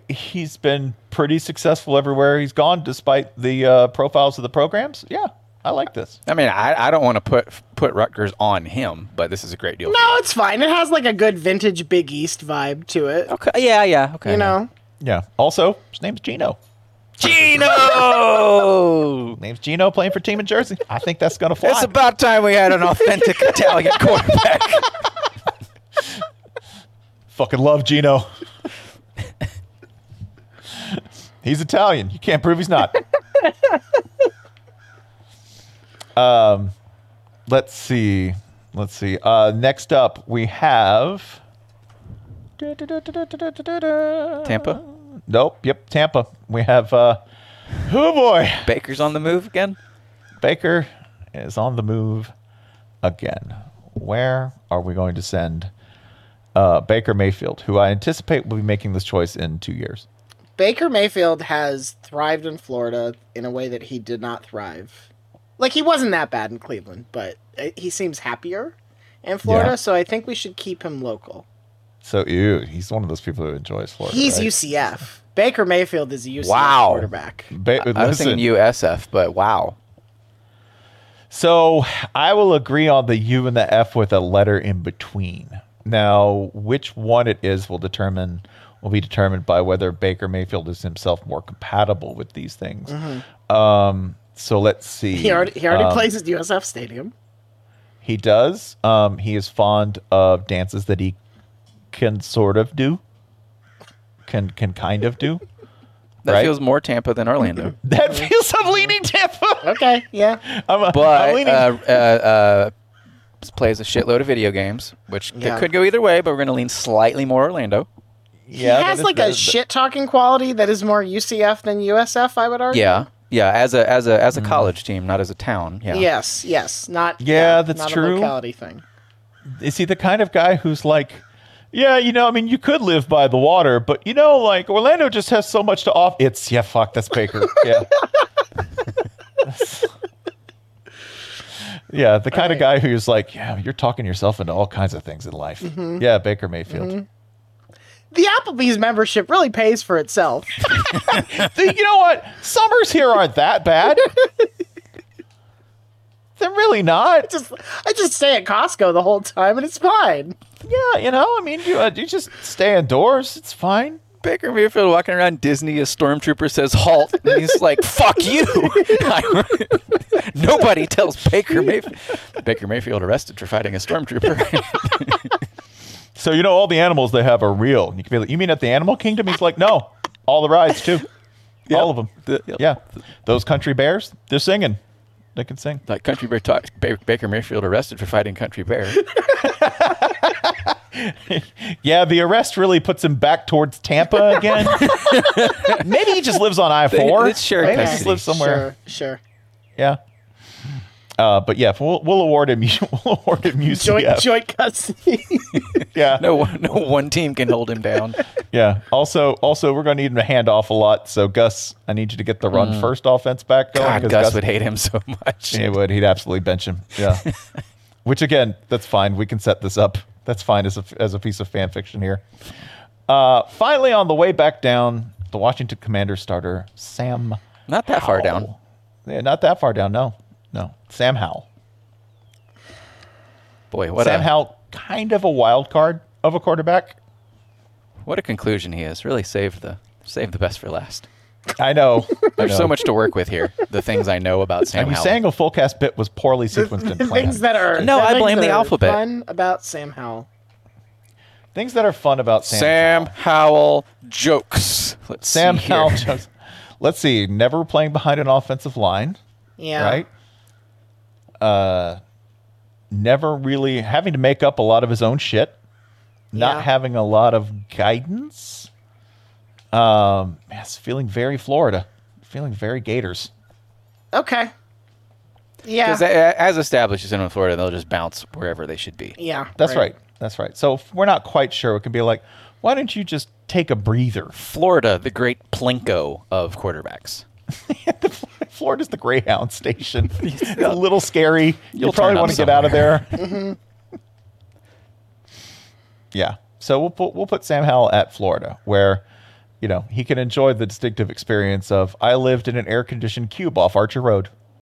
S3: He's been pretty successful everywhere he's gone, despite the uh, profiles of the programs. Yeah, I like this.
S2: I mean, I, I don't want to put put Rutgers on him, but this is a great deal. for
S1: No, it's fine. It has like a good vintage Big East vibe to it.
S2: Okay. Yeah. Yeah. Okay.
S1: You
S2: *laughs*
S1: know.
S3: Yeah. Also, his name's Gino.
S2: Gino!
S3: name's Gino playing for team in Jersey. I think that's gonna fly.
S2: It's about time we had an *laughs* authentic Italian quarterback.
S3: Fucking love Gino. he's Italian. You can't prove he's not. *laughs* um, let's see. Let's see. Uh, next up, we have
S2: *laughs* Tampa.
S3: Nope. Yep. Tampa. We have. Uh, oh boy.
S2: Baker's on the move again.
S3: Baker is on the move again. Where are we going to send uh, Baker Mayfield, who I anticipate will be making this choice in two years?
S1: Baker Mayfield has thrived in Florida in a way that he did not thrive. Like he wasn't that bad in Cleveland, but uh, he seems happier in Florida.
S3: Yeah.
S1: So I think we should keep him local.
S3: So ew, he's one of those people who enjoys Florida.
S1: He's
S3: right?
S1: UCF. Baker Mayfield is a UCF
S3: Wow.
S1: quarterback.
S3: Ba-
S2: I was
S3: listen.
S2: thinking USF, but wow.
S3: So I will agree on the U and the F with a letter in between. Now, which one it is will determine will be determined by whether Baker Mayfield is himself more compatible with these things.
S1: Mhm.
S3: Um, so let's see.
S1: He already he already
S3: Um,
S1: plays at USF Stadium.
S3: He does. Um, he is fond of dances that he can sort of do. Can can kind of do. *laughs*
S2: That
S3: Right?
S2: feels more Tampa than *laughs* Orlando.
S3: that feels I'm leaning Tampa.
S1: Okay, yeah.
S3: *laughs* I'm,
S2: but
S3: I'm leaning.
S2: uh, uh, uh, plays a shitload of video games, which it
S1: Yeah.
S2: could go either way. But we're going to lean slightly more Orlando.
S3: yeah,
S1: he has like a shit talking quality that is more UCF than USF. I would argue.
S2: Yeah, yeah. As a as a as a college team, not as a town. Mm. Yeah.
S1: Yes. Yes. Not.
S3: Yeah, that's
S1: not A
S3: true.
S1: locality thing.
S3: is he the kind of guy who's like, yeah, you know, I mean, you could live by the water, but you know, like Orlando just has so much to offer. It's yeah, fuck, that's Baker. Yeah. *laughs* yeah, the kind of guy who's like, yeah, you're talking yourself into all kinds of things in life.
S2: Mm-hmm.
S1: Mhm.
S3: Yeah, Baker Mayfield.
S1: Mhm. The Applebee's membership really pays for itself.
S3: Th- you know what? Summers here aren't that bad. They're really not.
S1: Just, I just stay at Costco the whole time and it's fine.
S3: Yeah, you know, I mean, you, uh, you just stay indoors. It's fine.
S2: Baker Mayfield walking around Disney, a stormtrooper says halt, and he's like, *laughs* "Fuck you!" Nobody tells Baker Mayfield. Baker Mayfield arrested for fighting a stormtrooper. *laughs*
S3: So you know all the animals they have are real. And You can be like, you mean at the animal kingdom? He's like, no, all the rides too, all of them. Yeah, those country bears, they're singing. They can sing.
S2: like country bear talks. Ba- Baker Mayfield arrested for fighting country bear.
S3: Yeah, the arrest really puts him back towards Tampa *laughs* again. Maybe he just lives on I four.
S2: it's shared
S3: Maybe he just
S2: custody.
S3: lives somewhere.
S1: Sure. sure.
S3: Yeah. Uh, but yeah, we'll, we'll award him. *laughs* We'll award him UCF.
S1: Joint joint custody.
S3: yeah.
S2: No one, no one team can hold him down.
S3: Yeah. Also, also, we're going to need him to hand off a lot. So, Gus, I need you to get the run
S2: Mm.
S3: first offense back going.
S2: God,
S3: 'cause
S2: Gus would hate him so much.
S3: He would. He'd absolutely bench him.
S2: *laughs*
S3: Yeah. Which again, that's fine. We can set this up. That's fine as a as a piece of fan fiction here. Uh, finally, on the way back down, the Washington Commander starter Sam.
S2: Not that far down.
S3: Yeah, not that far down. No, no. Sam Howell.
S2: Boy, what
S3: Sam
S2: a
S3: Howell, kind of a wild card of a quarterback.
S2: what a conclusion he is. Really saved the saved the best for last.
S3: I *laughs* know. I
S2: There's
S3: know.
S2: so much to work with here. The things I know about Sam
S3: Are you
S2: Howell.
S3: saying a full cast bit was
S1: *laughs*
S3: poorly sequenced and
S1: The
S3: planned?
S1: things that are
S2: No,
S1: the
S2: I
S1: things
S2: blame
S1: that
S2: the
S1: are
S2: alphabet.
S1: Fun about Sam Howell.
S3: Things that are fun about Sam.
S2: Sam Howell jokes. Let's
S3: Sam
S2: see here.
S3: Howell. jokes. Let's see. Never playing behind an offensive line.
S1: Yeah.
S3: Right. Uh, never really having to make up a lot of his own shit. Not
S1: Yeah.
S3: having a lot of guidance. Um, yes, feeling very Florida. Feeling very Gators.
S1: Okay. Yeah.
S2: Because a- as established in Florida, they'll just bounce wherever they should be.
S1: yeah.
S3: That's right. That's right. So if we're not quite sure. It could be like, why don't you just take a breather? *laughs*
S2: Florida, the great plinko of quarterbacks.
S3: Florida's the
S2: *laughs*
S3: Greyhound station. It's a little scary. You'll
S2: You'll
S3: probably
S2: turn up
S3: want to get out of there.
S2: somewhere. *laughs* Mm-hmm.
S3: *laughs* yeah. So we'll put we'll put Sam Howell at Florida, where you know he can enjoy the distinctive experience of I lived in an air conditioned cube off Archer Road.